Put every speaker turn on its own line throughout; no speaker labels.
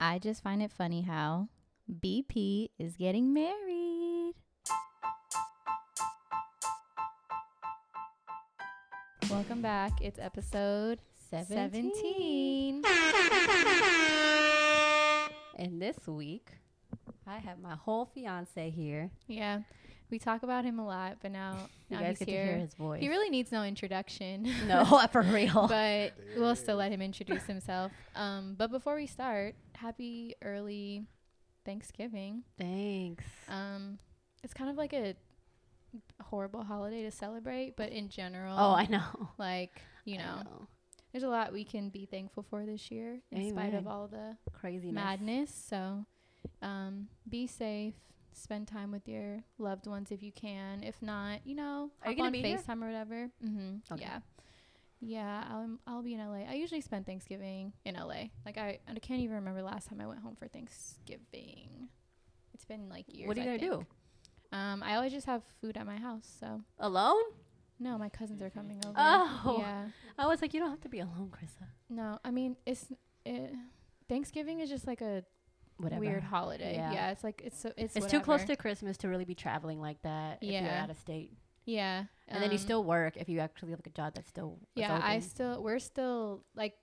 I just find it funny how BP is getting married. Welcome back. It's episode 17.
17. And this week, I have my whole fiance here.
Yeah. We talk about him a lot, but now,
You
now he's
guys get to hear
here.
his voice.
He really needs no introduction.
no, for real.
but we'll still let him introduce himself. Um, but before we start, happy early Thanksgiving.
Thanks.
Um, it's kind of like a horrible holiday to celebrate, but in general,
Oh, I know.
like you
I
know, there's a lot we can be thankful for this year, in spite
Amen.
of all the
Craziness.
madness. So, um, be safe. Spend time with your loved ones if you can. If not, you know,
Are
hop
you gonna
on
be here?
FaceTime or whatever. hmm
Okay.
Yeah, yeah. I'll I'll be in LA. I usually spend Thanksgiving in LA. Like I I can't even remember last time I went home for Thanksgiving. It's been like years.
What are you
I
going to
think.
do?
Um, I always just have food at my house. So
Alone?
no, my cousins are coming over.
Oh.
yeah.
I was like, you don't have to be alone, Krista.
No, I mean it's it, Thanksgiving is just like a
Whatever.
weird holiday. Yeah.
Yeah.
it's like it's so it's
It's too close
whatever.
to Christmas to really be traveling like that if you're
Yeah.
out of state.
yeah.
And then you
um,
still work if you actually have like a job that's still is
yeah. I
open.
still we're still like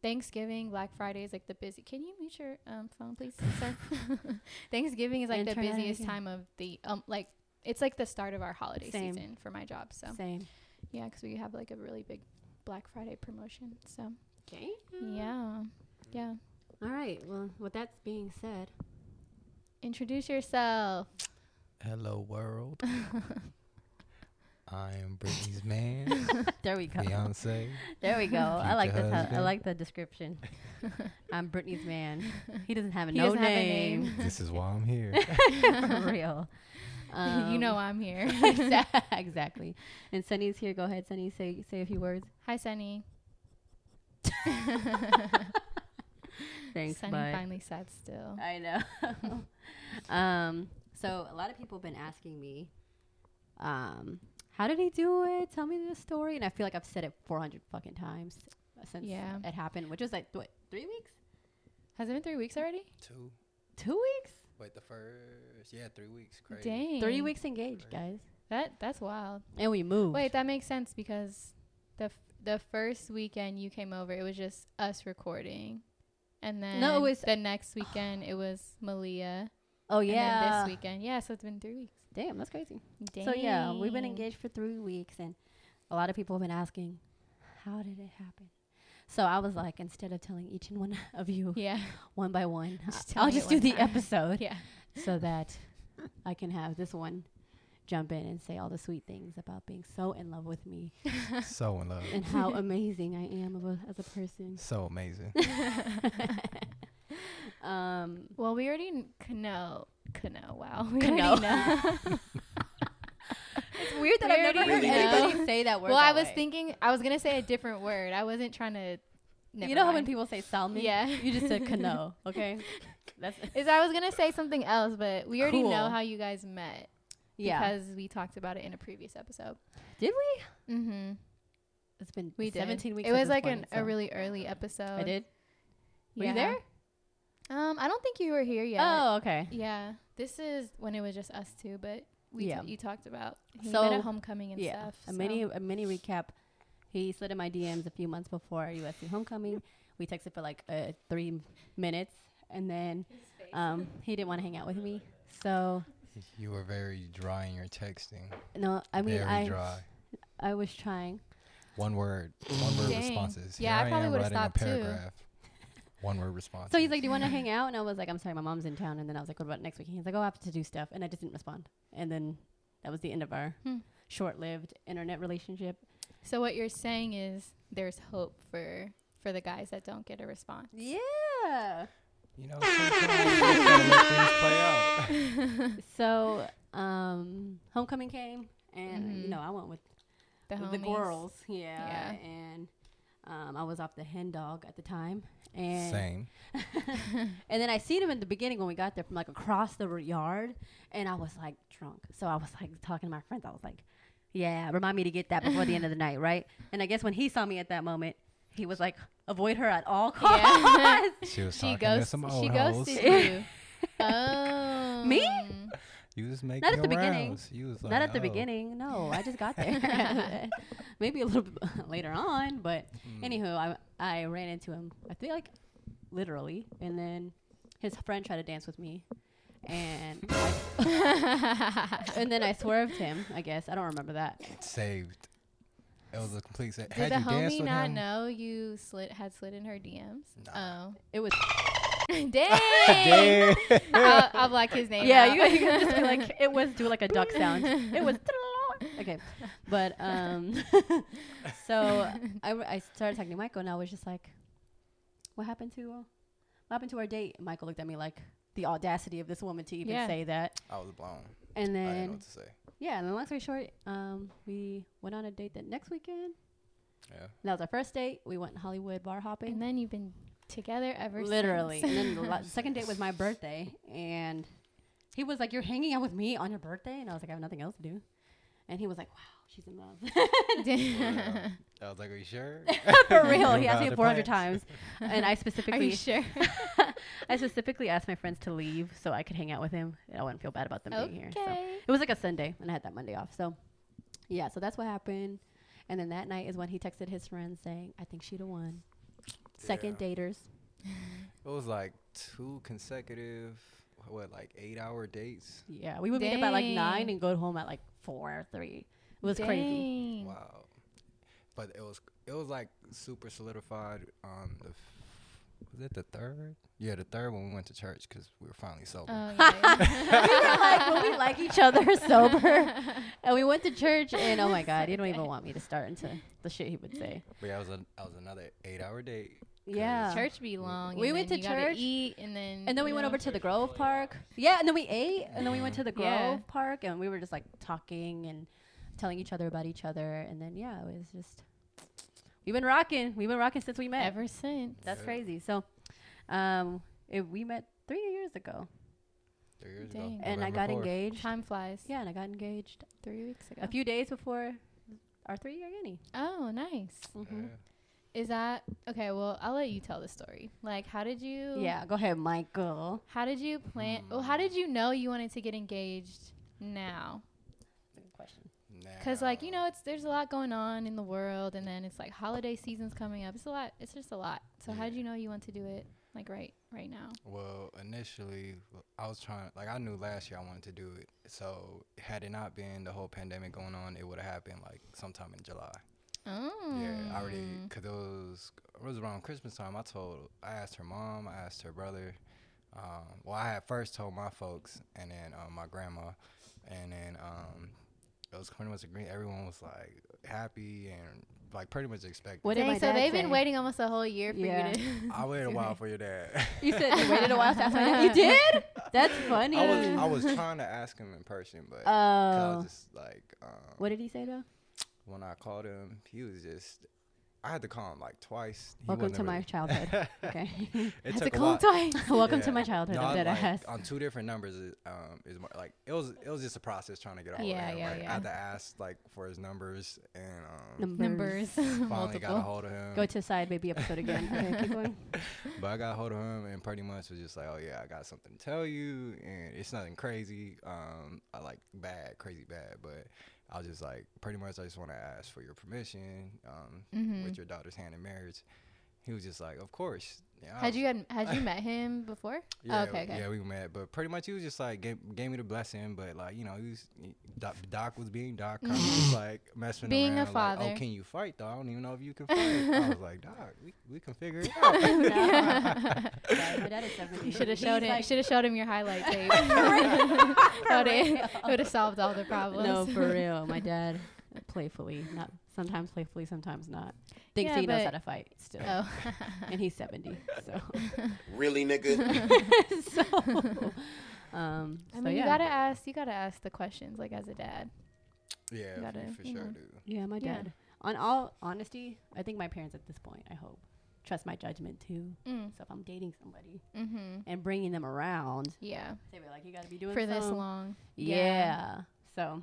Thanksgiving, Black Friday is like the busy. Can you mute your um, phone, please, sir? Thanksgiving is like
And
the
turn it on
busiest
again.
time of the um like it's like the start of our holiday
Same.
season for my job. So
Same.
yeah, because we have like a really big Black Friday promotion. So
Okay.
yeah, yeah.
All right. Well, with that being said,
Introduce yourself.
Hello world. I am Britney's man,
there we go.
Beyonce.
There we go. I like
Future
the ti- I
husband.
like the description. I'm Britney's man. He doesn't have a
He
no
doesn't have a
name.
This is why I'm here.
For real.
you
Um,
know I'm here.
exa- exactly. And Sunny's here. Go ahead, Sunny. Say say a few words.
Hi, Sunny.
Thanks,
Sunny
bud.
finally sat still.
I know. um. So a lot of people have been asking me, um, how did he do it? Tell me the story. And I feel like I've said it 400 fucking times since
Yeah.
it happened, which is like what three weeks,
Has it been three weeks already?
Two.
two weeks,
Wait, the first. Yeah, three weeks.
Dang.
three weeks engaged, guys.
That that's wild.
And we moved.
Wait, that makes sense because the f- the first weekend you came over, it was just us recording, and then
No, it was-
the next weekend it was Malia.
Oh
And
yeah.
then this weekend, yeah. So it's been three weeks.
Damn, that's crazy. So yeah, we've been
Dang.
engaged for three weeks, and a lot of people have been asking, how did it happen? So I was like, instead of telling each and one of you
Yeah,
one by one, I-
Just
I'll
telling it
just do
one
the
time.
episode
yeah.
so that I can have this one jump in and say all the sweet things about being so in love with me
So in love.
and how amazing I am of a, as a person.
So amazing.
um,
Well, we already kn- know. Know. Wow. We
Know.
already know.
it's weird
that I've never
heard
anybody
say that
well, I was thinking I was gonna say a different word. I wasn't trying to. Never
you know how when
mind.
people say salmon?
Yeah.
You just said cano, okay? That's
is I was gonna say something else, but we already know
Cool.
how you guys met
yeah.
because we talked about it in a previous episode.
Did we?
Mm-hmm.
It's been
We did.
17 weeks.
It
at
was
this
like
point,
an, a
so-
really early episode.
I did. Were you
Yeah.
there?
Um, I don't think you were here yet.
Oh, okay.
yeah. This is when it was just us two, but we
Yeah.
yeah. you talked about he
So-
met at homecoming and
yeah.
stuff.
a
so-
mini a mini recap. He slid in my DMs a few months before USC homecoming. we texted for like uh, three m- minutes, and then um, he didn't want to hang out with me. So
You were very dry in your texting.
no, I mean
very
I
dry.
I was trying.
One word. One word
Dang.
responses.
Yeah, I
Here
probably
am
would've
writing
stopped
a
too.
paragraph. One word response.
So he's like, "Do you want to hang out?" And I was like, "I'm sorry, my mom's in town." And then I was like, "What about next week?" He's like, "Oh, I have to do stuff," and I just didn't respond. And then that was the end of our
Hmm.
short-lived internet relationship.
So what you're saying is there's hope for for the guys that don't get a response.
Yeah.
You know, sometimes you just gotta let things play out.
so um homecoming came and you
Mhm.
know i went with
The,
the,
homies.
girls yeah,
Yeah.
and um, i was off the hen dog at the time and
Same.
and then i seen him in the beginning when we got there from like across the r- yard and i was like drunk so i was like talking to my friends i was like yeah remind me to get that before the end of the night right and i guess when he saw me at that moment he was like avoid her at all costs.
Yeah.
She was
she
talking to
goes.
some
She
old hoes.
ghosted you. oh.
Me?
You was making
at the
rounds.
beginning.
You was like,
Not at the
oh,
beginning. No, I just got there. Maybe a little bit later on, but
mm,
anywho, I I ran into him. I feel like literally, and then his friend tried to dance with me, and I, and then I swerved him. I guess I don't remember that.
saved. It was a complete set.
Did
Had
the
you danced
homie
with
not
him?
know you slid had slid in her DMs?
Nah.
It was
Oh. Dang.
Damn.
I'll, I'll block his name.
yeah.
out.
You, you can just be like it was do like a duck sound. It was okay, but um, so I, w- I started talking to Michael, and I was just like, "What happened to uh, what happened to our date?" Michael looked at me like the audacity of this woman to even
Yeah.
say that,
I was blown.
and
I didn't know
then
what to say.
Yeah, and then long story short, um, we went on a date that next weekend.
Yeah.
That was our first date. We went Hollywood bar hopping.
and then you've been together ever
literally.
since.
and then the la- second date was my birthday. And he was like, You're hanging out with me on your birthday? And I was like, I have nothing else to do. And he was like, Wow, she's in love.
Yeah. I was like, are you sure?
For real.
You're
he asked me
about to
400
plant.
times. And I
Are you
specifically
sure?
I specifically asked my friends to leave so I could hang out with him. and I wouldn't feel bad about them being here. So.
okay.
It was like a Sunday, and I had that Monday off. So, yeah, so that's what happened. And then that night is when he texted his friend saying, I think she the one. Second daters.
It was like two consecutive, what, like eight hour dates?
Yeah, we would meet up at like nine
Dang.
and go home at like four or three. It was crazy.
Dang.
Wow. But it was it was like super solidified on the f- was it the third? Yeah, the third when we went to church because we were finally sober.
Oh, yeah,
we were like, well, we like each other sober. And we went to church, and oh my God, you don't even want me to start into the shit he would say.
but yeah, it was an I was another eight hour date.
Yeah.
yeah. Church be long.
Um, We
and
went
then
to
you gotta
church,
eat, and then
And then we
you
went
know.
over to the Grove Park. Yeah, and then we ate, and then we went to the Grove
Yeah.
Park, and we were just like talking and telling each other about each other. And then yeah, it was just we've been rocking. We've been rocking since we met.
ever since.
That's
Yeah.
crazy. So, um, if we met three years ago,
Three years
Dang.
ago.
and I
November
got
4th.
engaged.
Time flies.
Yeah, and I got engaged
Three weeks ago.
a few days before our three-year uni.
oh, nice.
hmm
Yeah.
Is that okay? Well, I'll let you tell the story. Like, how did you?
Yeah, go ahead, Michael.
How did you plan? Well, how did you know you wanted to get engaged now?
Good question.
Because like you
Now,
know, it's there's a lot going on in the world, and then it's like holiday season's coming up. It's a lot. It's just a lot. So how did you know you want to do it like right right now?
Well, initially, I was trying. Like, I knew last year I wanted to do it. So, had it not been the whole pandemic going on, it would have happened like sometime in July. Yeah, I already
Mm.
because it was it was around Christmas time. I told I asked her mom, I asked her brother. Um, well, I had first told my folks, and then um, my grandma, and then um, it was pretty much agreed. Everyone was like happy and like pretty much expecting.
What did
Dang,
my
so
dad
they've
say?
been waiting almost a whole year for
Yeah.
you to.
I waited a while for your dad.
You said you waited a while to ask my dad. You did? That's funny.
I was I was trying to ask him in person, but 'cause I
Oh.
was just like, um,
What did he say though?
when I called him, he was just. I had to call him like twice. He
Welcome
wasn't
to my
really-
childhood. Okay.
It
Had to
took a
call
lot.
twice.
Welcome to
Yeah.
my childhood.
No,
I'm
I,
dead
like,
ass.
on two different numbers is um is more, like it was it was just a process trying to get all
Yeah,
of him.
yeah,
like,
yeah.
I had to ask like for his numbers and um
Numbers.
finally got a
Multiple.
hold of him.
Go to side baby episode again. Okay, keep going.
but I got a hold of him and pretty much was just like, Oh yeah, I got something to tell you and it's nothing crazy. Um I like bad, crazy bad, but I was just like pretty much I just wanna ask for your permission, um,
Mhm.
with your daughter's hand in marriage. He was just like, Of course. Yeah, I
Had
was-
you had, had you met him before?
Yeah,
okay,
w-
okay.
yeah, we met, but pretty much he was just like gave, gave me the blessing, but like you know, he was he- Doc, Doc was being Doc, kind of just like messing
Being a
around, like,
father.
oh, can you fight though? I don't even know if you can fight. I was like, Doc, we, we can figure it out.
Sorry, my dad is 70.
You should have
He's
showed him.
like-
should have showed him your highlight tape. That it would have solved all the problems.
no, for real. My dad playfully, not sometimes playfully, sometimes not. Thinks
Yeah,
he knows
but-
how to fight still.
Oh.
And he's 70. So,
Really, nigga?
so um,
I
so
mean,
yeah.
you gotta ask. You gotta ask the questions, like as a dad.
yeah,
Gotta,
you for
you
sure,
know.
dude.
yeah, my
Yeah.
dad. On all honesty, I think my parents at this point, I hope, trust my judgment too.
Mm.
So if I'm dating somebody
Mm-hmm.
and bringing them around,
Yeah.
they were like, you got to be doing
For this
some-
long.
Yeah.
Yeah.
So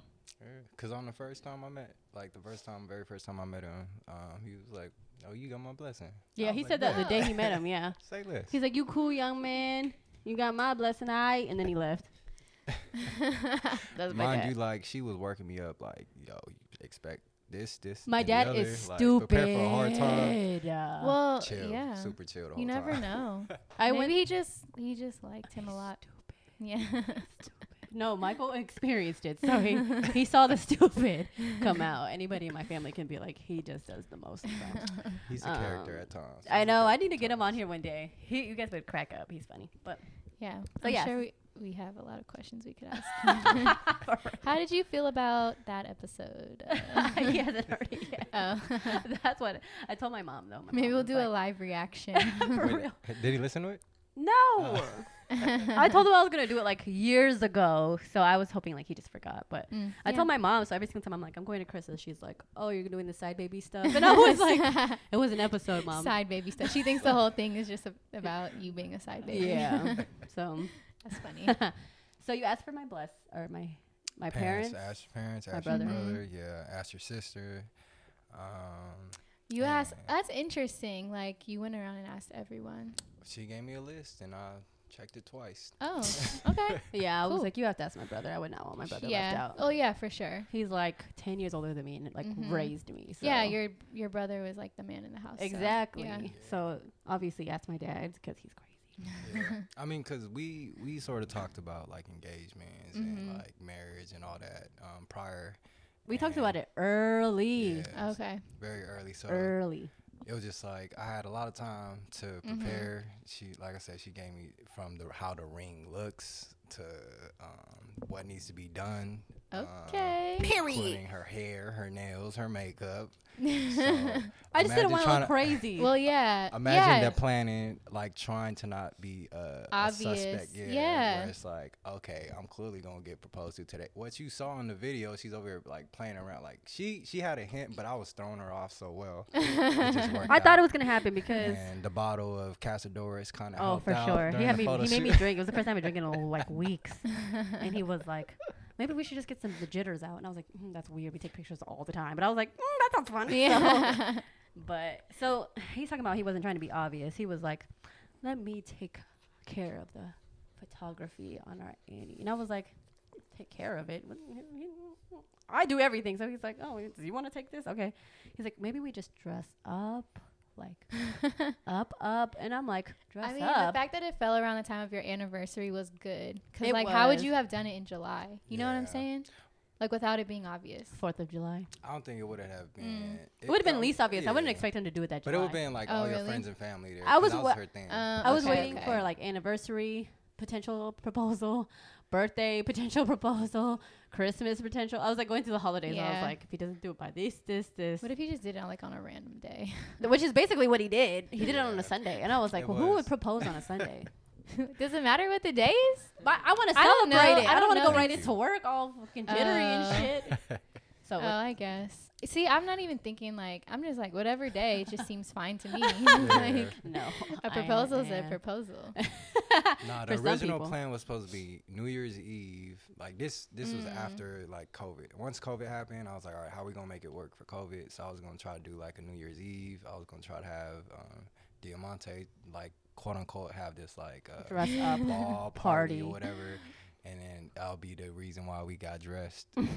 Because on the first time I met, like the first time, very first time I met him, um, he was like, oh, you got my blessing. I
Yeah,
was
he
like,
said that the
"Bet."
day he met him. Yeah.
Say less.
He's like, "You cool, young man. You got my blessing, I." And then he left.
That's
Mind
about
you,
it.
like she was working me up, like yo, you expect this, this.
My
and the
dad
other.
is
like,
stupid.
Prepare for a hard time.
Well,
Well,
Chill,
yeah.
super chill. The whole
You never
time.
know.
I
Maybe
went.
he just he just liked him a lot. Yeah.
No, Michael experienced it, so he he saw the stupid come out. Anybody in my family can be like, he just does the most. so.
He's a character
Um,
at times.
I
He's a
know. I
character
need to
at
get him
times.
on here one day. He, you guys would crack up. He's funny, but
yeah.
So
I'm
yes.
sure we, we have a lot of questions we could ask. How did you feel about that episode? Uh,
he hasn't already yet.
Oh.
That's what I told my mom though. My
Maybe
mom
we'll
was
do a
like,
live reaction.
For
Wait,
real.
Did he listen to it? Uh,
No.
Oh.
I told him I was gonna do it like years ago, so I was hoping like he just forgot. But
Mm,
I
yeah.
told my mom, so every single time I'm like, I'm going to Chris's, she's like, Oh, you're doing the side baby stuff, and I was like, It was an episode, mom.
side baby stuff. She thinks the whole thing is just a, about you being a side baby.
yeah. so,
That's funny.
so you asked for my bless or my my parents.
ask your parents,
My
ask
brother.
your brother. Yeah, ask your sister. Um,
You asked.
Yeah.
That's interesting. Like you went around and asked everyone.
she gave me a list, and I checked it twice.
Oh, okay.
Yeah, I was
Cool.
like, you have to ask my brother. I would not want my brother left
yeah.
out.
Oh yeah, for sure.
He's like ten years older than me and like
Mhm.
raised me. So.
Yeah, your your brother was like the man in the house. so,
exactly.
yeah.
So obviously, ask my dad because he's crazy.
Yeah. I mean, cause we we sort of talked about like engagements
Mhm.
Mm-hmm.
and like marriage and all that um, prior.
We talked
Yeah.
about it early,
yeah,
Okay.
Very early, so
early.
it was just like I had a lot of time to
Mm-hmm.
prepare. She, like I said, she gave me from the how the ring looks to um, what needs to be done. um,
Okay.
including her hair, her nails, her makeup. So,
I just didn't
imagine
want to
trying
look crazy.
well, yeah.
Imagine
yeah.
they're planning, like trying to not be uh, a
Obvious,
suspect. Yeah,
yeah.
Where it's like, okay, I'm clearly gonna get proposed to today. What you saw in the video, she's over here like playing around. Like she she had a hint, but I was throwing her off so well. It just worked
I thought
out.
it was gonna happen because
And the bottle of Casadores kind of
oh, for sure, he had me. He made me drink. It was the first time I drank in oh, like weeks, and he was like, maybe we should just get some of the jitters out. And I was like, mm, that's weird. We take pictures all the time, but I was like, mm, that sounds fun. So-
Yeah.
But so he's talking about he wasn't trying to be obvious. He was like, "Let me take care of the photography on our Annie," and I was like, "Take care of it? What- I do everything." So he's like, "Oh, do you want to take this? Okay." He's like, "Maybe we just dress up, like up, up," and I'm like, "Dress
I mean,
up."
the fact that it fell around the time of your anniversary was good. Cause
It
like, how would
was.
you have done it in July? You know what I'm
Yeah.
saying? Like without it being obvious.
Fourth of July.
I don't think it would have been.
Mm. It would have been least obvious. I wouldn't
yeah.
expect him to do it that.
But it
July.
would have been like
Oh,
all
really?
your friends and family there.
I
'cause
was
that
wa-
her thing.
Uh,
I was
Okay,
waiting
okay.
for like anniversary potential proposal, birthday potential proposal, Christmas potential. I was like going through the holidays. And I
Yeah.
was like, if he doesn't do it by this, this, this,
What if you just did it on like on a random day?
which is basically what he did. He did it on
Yeah.
a Sunday, and I was like,
It
well, who would
was.
propose on a Sunday?
Does it matter what the day is?
but I want to
I don't
celebrate
know.
it. I
I
don't, Uh.
don't
want to go
know.
right into work all fucking jittery
Oh.
and shit. So
Oh, I guess. See, I'm not even thinking like I'm just like whatever day it just seems fine to me. like
it- no,
a
I
proposal is a
am-
proposal.
Nah,
For
the
some
original
people.
plan was supposed to be New Year's Eve. Like this, this was
Mm.
after like COVID. Once COVID happened, I was like, all right, how we gonna make it work for COVID? So I was gonna try to do like a New Year's Eve. I was gonna try to have um, Diamante like quote unquote have this like uh,
dress up.
ball party
party.
or whatever, and then that'll be the reason why we got dressed. and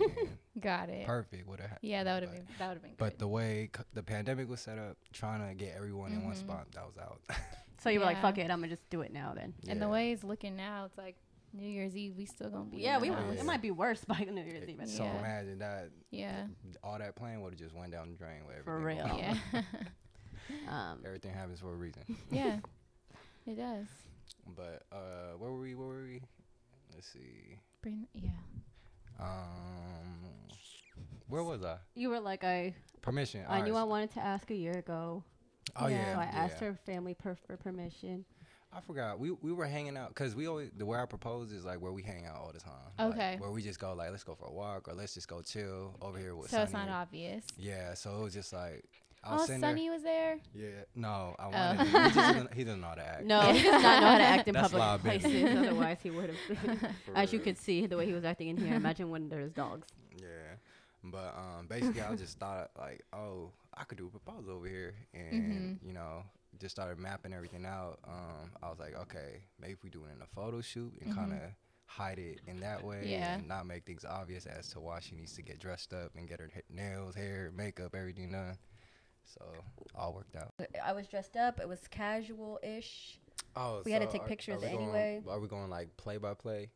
Got it.
perfect would have happened.
Yeah, that would have
but-
been that would have been
But
good.
the way c- the pandemic was set up, trying to get everyone in one
Mm-hmm.
spot, that was out.
So you were like,
Yeah.
fuck it, I'm gonna just do it now then.
and the
Yeah.
way it's looking now, it's like New Year's Eve. We still gonna be.
Yeah,
in the
we
house.
it might be worse by New Year's Eve. I
so
think.
Yeah.
imagine that
Yeah.
all that plan would have just went down the drain with everything.
For
going
real.
on.
Yeah.
Um,
Everything happens for a reason.
yeah. It does.
But uh where were we? Where were we? Let's see.
Bring. Yeah.
Um where was I?
you were like, I
Permission.
Oh,
I knew I
alright.
wanted to ask a year ago,
Oh
Yeah.
yeah.
so I asked
yeah.
her family per- for permission.
I forgot. We we were hanging out because we always the way I propose is like where we hang out all the time. like,
Okay.
where we just go like let's go for a walk or let's just go chill over here with.
so it's
Sunny.
not obvious.
Yeah. So it was just like. I'll
Oh,
send her-
Sunny Oh. was there.
Yeah. No, I wanted. him. He, just doesn't, he doesn't know how to act.
No, he does not know how to act in
That's
public
live business.
places. Otherwise, he would have. been.
For
As you
real.
could see, the way he was acting in here, imagine when there's dogs.
Yeah. But um, basically, I just thought like, oh, I could do proposal over here, and
Mhm.
Mm-hmm.
you know, just started mapping everything out. Um, I was like, okay, maybe if we do it in a photo shoot and
Mm-hmm.
kind of hide it in that way,
Yeah.
and not make things obvious as to why she needs to get dressed up and get her ha- nails, hair, makeup, everything done. So all worked out.
I was dressed up. It was casual ish.
Oh,
We had to take pictures
we going-
anyway.
are we going like play by play? of-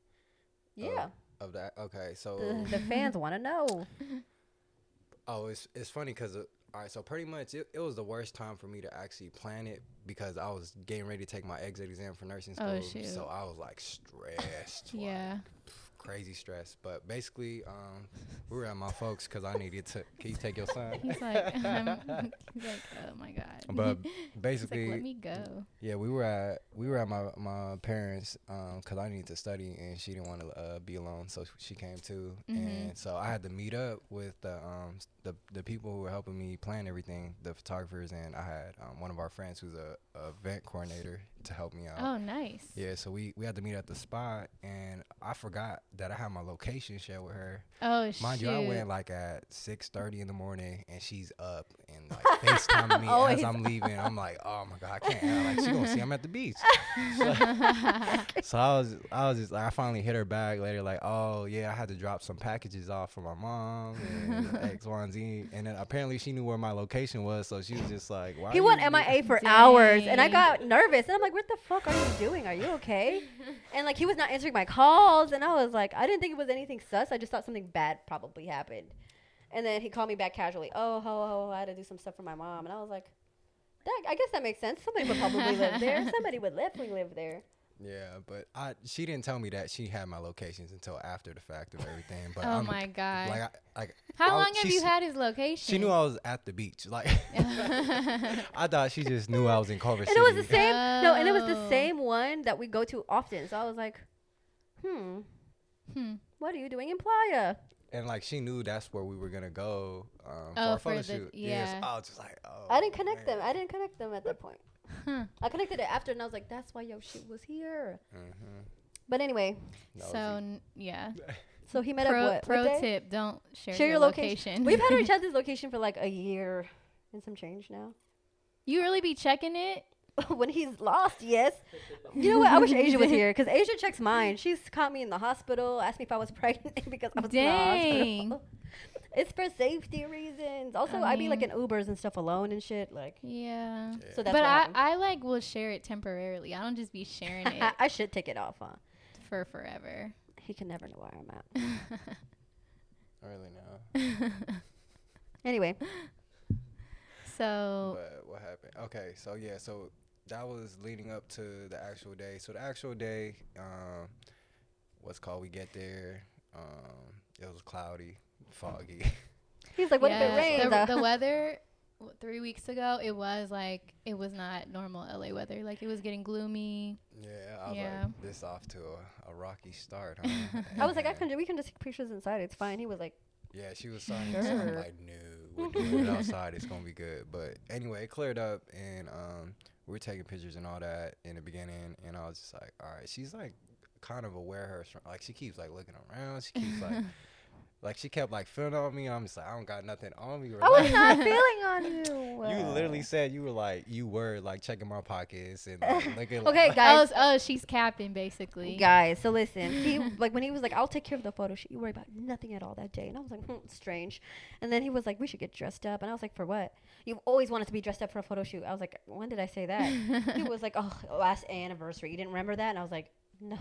Yeah.
Of, that, okay. So
The, the fans want to know.
Oh, it's it's funny because all right, so pretty much it, it was the worst time for me to actually plan it because I was getting ready to take my exit exam for nursing
Oh,
school.
shoot.
So I was like stressed, like,
Yeah.
crazy stressed. But basically, um, we were at my folks because I needed to. Can you take your son?
He's like, I'm, he's like, oh my god.
But
he's like,
basically,
let me go.
yeah, we were at we were at my my parents because I needed to study and she didn't want to uh, be alone, so she came too. And so I had to meet up with the um s- the the people who were helping me plan everything, the photographers, and I had um, one of our friends who's a, a event coordinator to help me out.
Oh, nice.
uh, Yeah, so we we had to meet at the spot, and I forgot that I had my location shared with her.
Oh,
Mind
shoot.
you, I went like at six thirty in the morning, and she's up and like FaceTiming me as
Always
I'm leaving. I'm like, oh my god, I can't. Like she gonna see I'm at the beach. So, so I was, I was just, like, I finally hit her back later, like, oh yeah, I had to drop some packages off for my mom and X, Y, and Z, and then apparently she knew where my location was, so she was just like, why?
He
you
went
do-
MIA for hours, and I
Dang.
got nervous. And I'm like, "What the fuck are you doing? Are you okay?" And like, he was not answering my calls, and I was like, "I didn't think it was anything sus. I just thought something bad probably happened." And then he called me back casually. Oh, ho, ho, ho, I had to do some stuff for my mom, and I was like, that, "I guess that makes sense. Somebody would probably live there. Somebody would definitely live there."
Yeah, but I she didn't tell me that she had my locations until after the fact of everything. But
oh
I'm-
my god.
Like, I, like
How
I-
long have
she
you
s-
had his location?
She knew I was at the beach. Like, I thought she just knew I was in Culver
And it
City.
was the same. No, and it was
Oh.
the same one that we go to often. So I was like, "Hmm,
Hmm.
what are you doing in Playa?"
And like she knew that's where we were gonna go um,
Oh,
for
for the-
a photo shoot. Yes.
yeah.
I was just like, oh.
I didn't connect
man.
them. I didn't connect them at that point.
Huh.
I connected it after, and I was like, "That's why yo shit was here."
Mhm.
But anyway,
That was
So
it.
n- yeah.
so he met
Pro,
up. What,
pro
what day?
tip: Don't share,
Share
your,
your
location.
location. We've had each other's location for like a year and some change now.
you really be checking it?
when he's lost, yes. You know what? I wish Asia was here because Asia checks mine. She's caught me in the hospital, asked me if I was pregnant because I was in
Dang.
the hospital. It's for safety reasons. Also, I, be like in
mean-
Ubers and stuff alone and shit. Like,
Yeah.
Yeah.
so that's
but
what
I,
happened.
I like will share it temporarily. I don't just be sharing it
I should take it off, huh?
for forever.
He can never know where I'm at.
Really now.
Anyway,
so
But what happened? Okay, so yeah, so that was leading up to the actual day. So the actual day, um, what's called? We get there. Um, it was cloudy, foggy.
he's like, "What if
Yeah,
it rains?"
the-
Uh,
The, weather w- three weeks ago, it was like it was not normal LA weather. Like it was getting gloomy.
Yeah, I was
Yeah.
like, this off to a, a rocky start, huh?
I was like, I
And-
can. ju- We can just take pictures inside. It's fine. He was like,
Yeah, she was signing. so I'm
Sure.
like, no, we're doing it outside. It's gonna be good. But anyway, it cleared up, and um, we were taking pictures and all that in the beginning, and I was just like, all right, she's like, kind of aware of her, sur- like she keeps like looking around. She keeps like, like she kept like feeling on me. I'm just like, I don't got nothing on me.
I was
relax.
not feeling on you.
You literally said you were like, you were like checking my pockets and like, looking.
Okay,
like,
Guys-
oh, s- oh, she's capping basically.
Guys, so listen. He like when he was like, "I'll take care of the photo shoot. You worry about nothing at all that day." And I was like, hmm, "Strange." And then he was like, "We should get dressed up." And I was like, "For what? You've always wanted to be dressed up for a photo shoot." I was like, "When did I say that?" he was like, "Oh, last anniversary. You didn't remember that?" And I was like, "No."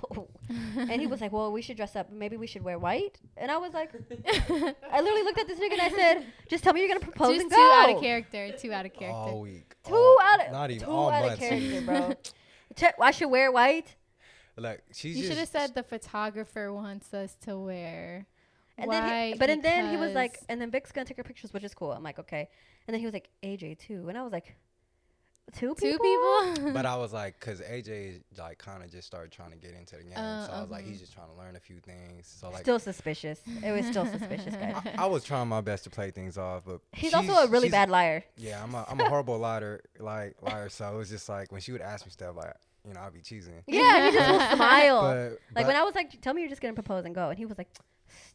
and he was like, "Well, we should dress up. Maybe we should wear white." And I was like, I literally looked at this nigga and I said, "Just tell me you're gonna propose
Just
and
two
go."
out of character. Two out of
Oh,
character.
all week,
Two
all-
out of
Oh, not even
two
all
out
month.
of character, bro. Ch- I should wear white.
Like she's
you should have
just
said the photographer wants us to wear.
And
Why?
then he, but and then he was like,
Because-
and then Vic's gonna take her pictures, which is cool. I'm like, okay. And then he was like, AJ too, and I was like, two people.
two people.
but I was like, because AJ is, like kind of just started trying to get into the game,
Oh,
so I was like,
mhm.
he's just trying to learn a few things. So like,
Uh-huh. Still suspicious. It was still suspicious, guys.
I, I was trying my best to play things off, but
He's
she's-
also a really
she's-
bad liar.
Yeah, I'm a I'm a horrible liar, like liar. So it was just like when she would ask me stuff, like you know, I'd be cheesing.
Yeah, he just will smile.
But,
like
but-
when I was like, tell me you're just gonna propose and go, and he was like,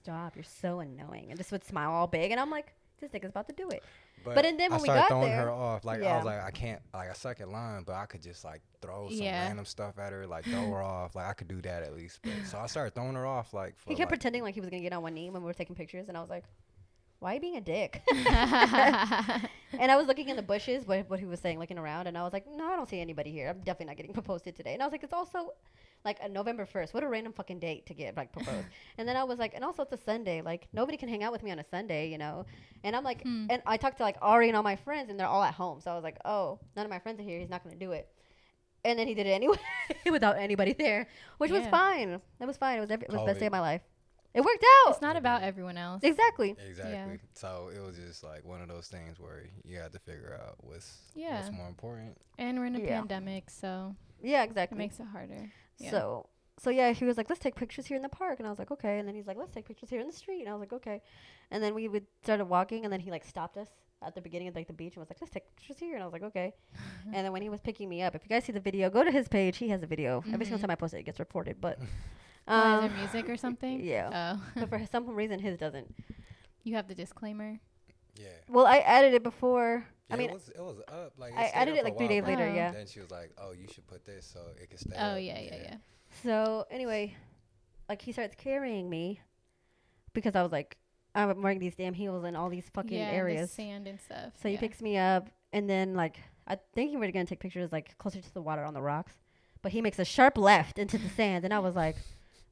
stop, you're so annoying, and just would smile all big, and I'm like, this nigga's about to do it.
But,
and then
I
when we
started
got
throwing
there-
her off. Like I
Yeah.
was like, I can't. Like I suck at lying, but I could just like throw some
Yeah.
random stuff at her, like throw her off. Like I could do that at least. But, so I started throwing her off. Like for
He kept
like,
pretending like he was gonna get on one knee when we were taking pictures, and I was like, "Why are you being a dick?" and I was looking in the bushes, what what he was saying, looking around, and I was like, "No, I don't see anybody here. I'm definitely not getting proposed to today." And I was like, "It's also like a November first. What a random fucking date to get like proposed." and then I was like, "And also it's a Sunday. Like nobody can hang out with me on a Sunday, you know." And I'm like,
Hmm.
and I talked to like Ari and all my friends, and they're all at home. So I was like, "Oh, none of my friends are here. He's not gonna do it." And then he did it anyway without anybody there, which was
Yeah.
fine. It was fine. It was every, it was the best day
Covid.
of my life. It worked out.
it's not about everyone else.
Exactly.
Exactly. So it was just like one of those things where you have to figure out what's
Yeah.
what's more important.
And we're in a
Yeah.
pandemic, so
Yeah,
it
exactly.
makes it harder. Yeah.
So so yeah, he was like, Let's take pictures here in the park and I was like, Okay and then he's like, Let's take pictures here in the street and I was like, Okay and then we would started walking and then he like stopped us at the beginning of like the beach and was like, Let's take pictures here and I was like, Okay and then when he was picking me up, if you guys see the video, go to his page, he has a video. Every single time I post it it gets reported, but
Oh, Mm-hmm. is
um,
there music or something?
yeah.
Oh,
but for some reason his doesn't.
you have the disclaimer.
Yeah.
Well I added it before
Yeah,
I mean
it was, it was up. Like
I- I
stayed
did it,
up for a
like, three
while,
days
but
later,
Oh.
yeah.
Then she was like, "Oh, you should put this so it can stay."
Oh
up."
yeah, yeah, yeah.
So anyway, like he starts carrying me because I was like, I'm wearing these damn heels in all these fucking
yeah, and the
areas. So
sand and stuff.
he
yeah.
picks me up, and then like I think we were gonna take pictures like closer to the water on the rocks, but he makes a sharp left into the sand, and I was like,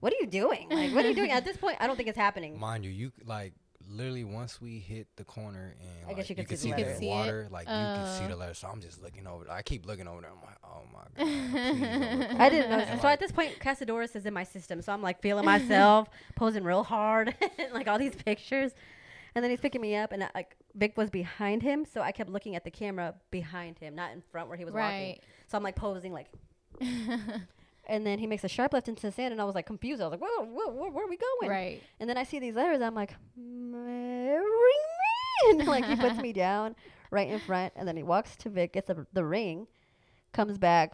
"What are you doing? Like, what are you doing?" At this point, I don't think it's happening.
Mind you, you c- like literally once we hit the corner and
I
like,
guess you
you
could
can
see
see
the
the
letters.
You can see it?
water, like you can see
Oh.
the letters. So I'm just looking over. I keep looking over there. I'm like, oh my god. please don't look
I
over
didn't
there."
know.
And,
So at
like,
this point, Casadorus is in my system. So I'm like feeling myself, posing real hard, like all these pictures. And then he's picking me up, and I, like Vic was behind him, so I kept looking at the camera behind him, not in front where he was walking.
right.
So I'm like posing, like. and then he makes a sharp left into the sand, and I was like confused. I was like, "Whoa, whoa, whoa where are we going?"
Right.
And then I see these letters. I'm like, marry me. And like he puts me down right in front, and then he walks to Vic, gets the, the ring, comes back,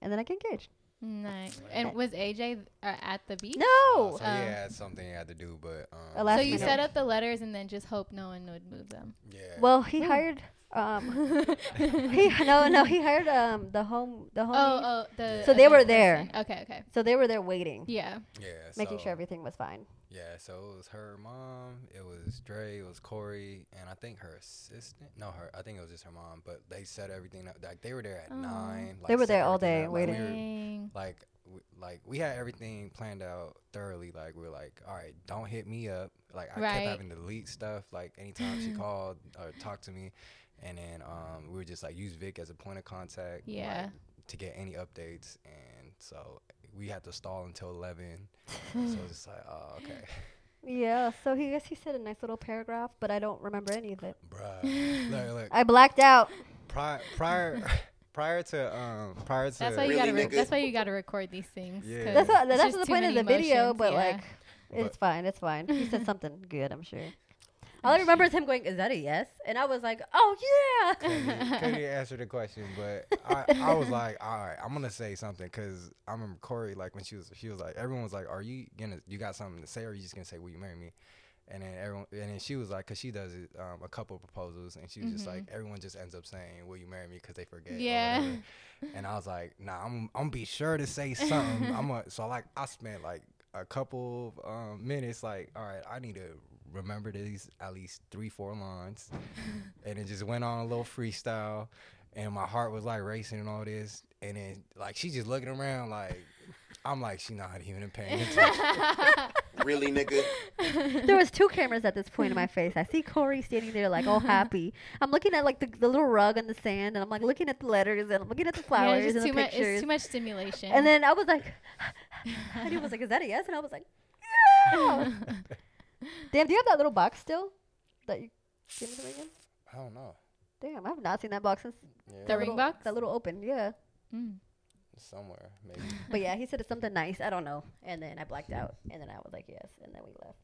and then I get engaged.
Nice. And was AJ uh, at the beach?
No.
Oh.
So yeah, it's something I had to do, but
A
um,
last
So you
minute.
set up the letters and then just hope no one would move them. Oh,
yeah.
Well, he hired. Um, he no no he hired um the home the home.
Oh, oh, the.
So they
other
were there.
person. Okay, okay.
So they were there waiting,
Yeah.
yeah,
making
so-
sure everything was fine.
Yeah, so it was her mom, it was Dre, it was Corey, and I think her assistant. No, her. I think it was just her mom, but they set everything up. Like they were there at
Oh.
nine. Like,
They were
set
there all
everything
day
up, like, we
waiting.
were-
Dang.
Like, we, like we had everything planned out thoroughly. Like we were like, all right, don't hit me up. Like I
Right.
kept having to delete stuff. Like anytime she called or talked to me, and then um, we were just like use Vic as a point of contact.
Yeah.
like, to get any updates, and so we had to stall until eleven. so it's just like, oh okay.
Yeah. So he guess he said a nice little paragraph, but I don't remember any of it.
Bruh. Look, look.
I blacked out.
Prior, prior, prior to, um, prior to.
That's why you gotta.
Really,
Re-
nigga?
that's why you gotta record these things.
Yeah.
'cause
That's what,
it's
that's
just
the
too
point of the
many
video,
emotions,
but
yeah.
like, it's fine. It's fine. He said something good. I'm sure. All I remember is him going, "Is that a yes?" And I was like, "Oh yeah."
Couldn't even answer the question, but I, I was like, all right, I'm gonna say something because I remember Corey like when she was she was like everyone was like, are you gonna you got something to say or are you just gonna say will you marry me? And then everyone and then she was like, cause she does it, um, a couple proposals and she was just like everyone just ends up saying will you marry me because they forget. or
Yeah.
whatever. and I was like, nah, I'm I'm be sure to say something. I'm a, so like I spent like a couple um, minutes like, all right, I need to remember these at least three four lines, and it just went on a little freestyle, and my heart was like racing and all this, and then like she just looking around like. I'm like, she not even paying attention.
Really, nigga?
there was two cameras at this point in my face. I see Corey standing there like all happy. I'm looking at like the, the little rug on the sand, and I'm like looking at the letters, and I'm looking at the
Yeah,
flowers
it's, just
and
too
the
much,
pictures.
it's too much stimulation.
and then I was like, and he was like, "Is that a yes?" And I was like, "Yeah."
oh!
Damn, do you have that little box still? That you gave me the ring in?
I don't know.
Damn, I've not seen that box since
Yeah,
the
that
ring
little-
box.
That little open, yeah.
Mm.
somewhere maybe.
But
Mm-hmm.
yeah, he said it's something nice. I don't know. And then I blacked out, and then I was like, "Yes," and then we left.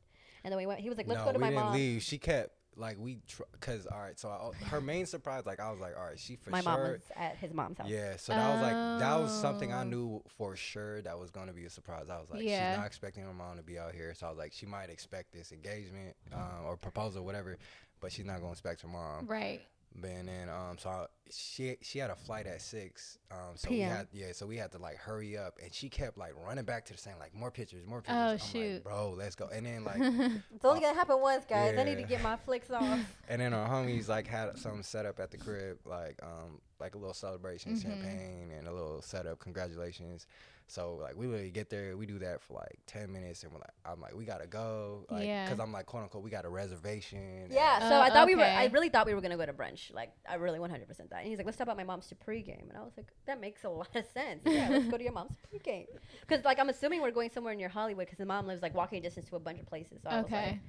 And then we went. He was like, "Let's
no,
go to
we
my
didn't
mom."
leave. She kept like we, tr- cause all right. So I, her main surprise, like I was like, all right, she for
My
sure.
mom was at his mom's house.
Yeah, so that was like that was something I
Oh.
knew for sure that was going to be a surprise. I was like,
Yeah.
she's not expecting her mom to be out here, so I was like, she might expect this engagement um, or proposal, whatever, but she's not going to expect her mom.
Right.
And then um, so I, she she had a flight at six. Um, so we
PM.
had yeah, so we had to like hurry up, and she kept like running back to the same like more pictures, more pictures.
Oh,
I'm
shoot.
Like, Bro, let's go. And then like
It's only gonna happen once, guys. I need to
Yeah.
get my flicks off.
and then our homies like had some set up at the crib, like um like a little celebration,
Mm-hmm.
champagne, and a little setup, congratulations. So like we literally get there, we do that for like ten minutes, and we're like, I'm like, we gotta go, like,
Yeah.
cause I'm like, quote unquote, we got a reservation.
Yeah,
and-
so
Oh,
I thought we were. I
okay.
really thought we were gonna go to brunch. Like, I really 100 percent thought. And he's like, "Let's talk about my mom's to pregame," and I was like, "That makes a lot of sense. Yeah, let's go to your mom's pregame." Because like I'm assuming we're going somewhere near Hollywood because the mom lives like walking distance to a bunch of places. So I was like,
okay.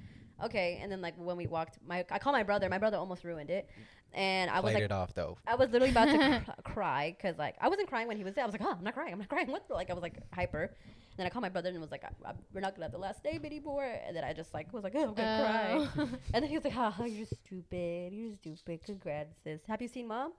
okay. And then like when we walked, my I called my brother. My brother almost ruined it, and I was
played
like,
it off though.
I was literally about to cr- cry because like I wasn't crying when he was there. I was like, oh, I'm not crying. I'm not crying. What? the-" Like I was like hyper. And then I called my brother and was like, I, I, we're not gonna have the last name anymore. And then I just like was like, oh, I'm gonna cry.
Oh.
And then he was like, haha, you're stupid. You're stupid. Congrats, sis. Have you seen mom?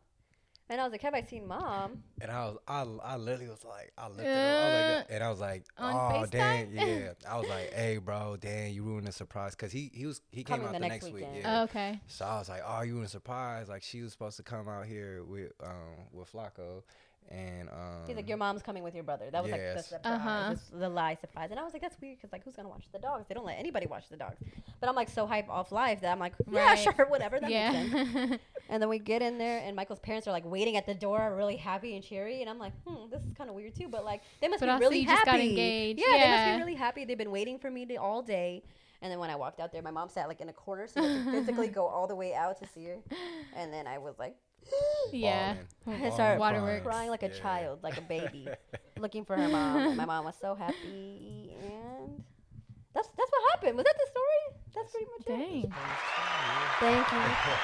And I was like, have I seen mom?
And I was, I, I literally was like, I looked at him, I was like,
Uh,
and I was like,
on
oh dang,
FaceTime?"
yeah. I was like, hey bro, dang, you ruined the surprise, cause he he was he came
Coming
out
the
the
next
next, week.
weekend.
Yeah.
okay.
So I was like, "Oh, you in a surprise? Like she was supposed to come out here with um with Flacco, and um."
He's like, your mom's coming with your brother. That was like the
Yes.
surprise,
Uh-huh.
just the lie surprise. And I was like, that's weird because like, who's gonna watch the dogs? They don't let anybody watch the dogs. But I'm like so hype off live that I'm like, yeah,
Right.
sure, whatever. That makes sense.
yeah.
And then we get in there, and Michael's parents are like waiting at the door, really happy and cheery. And I'm like, hmm, this is kind of weird too. But like, they must
But
be
also
really
you
happy.
just got engaged.
Yeah, they
Yeah.
must be really happy. They've been waiting for me to, all day. And then when I walked out there, my mom sat like in a corner, so I could physically go all the way out to see her. And then I was like,
yeah.
bawling,
I
bawling,
started
Waterworks.
crying like a
Yeah.
child, like a baby, looking for her mom. And my mom was so happy, and that's that's what happened. Was that the story? That's pretty much it.
Dang.
Thank you.
It's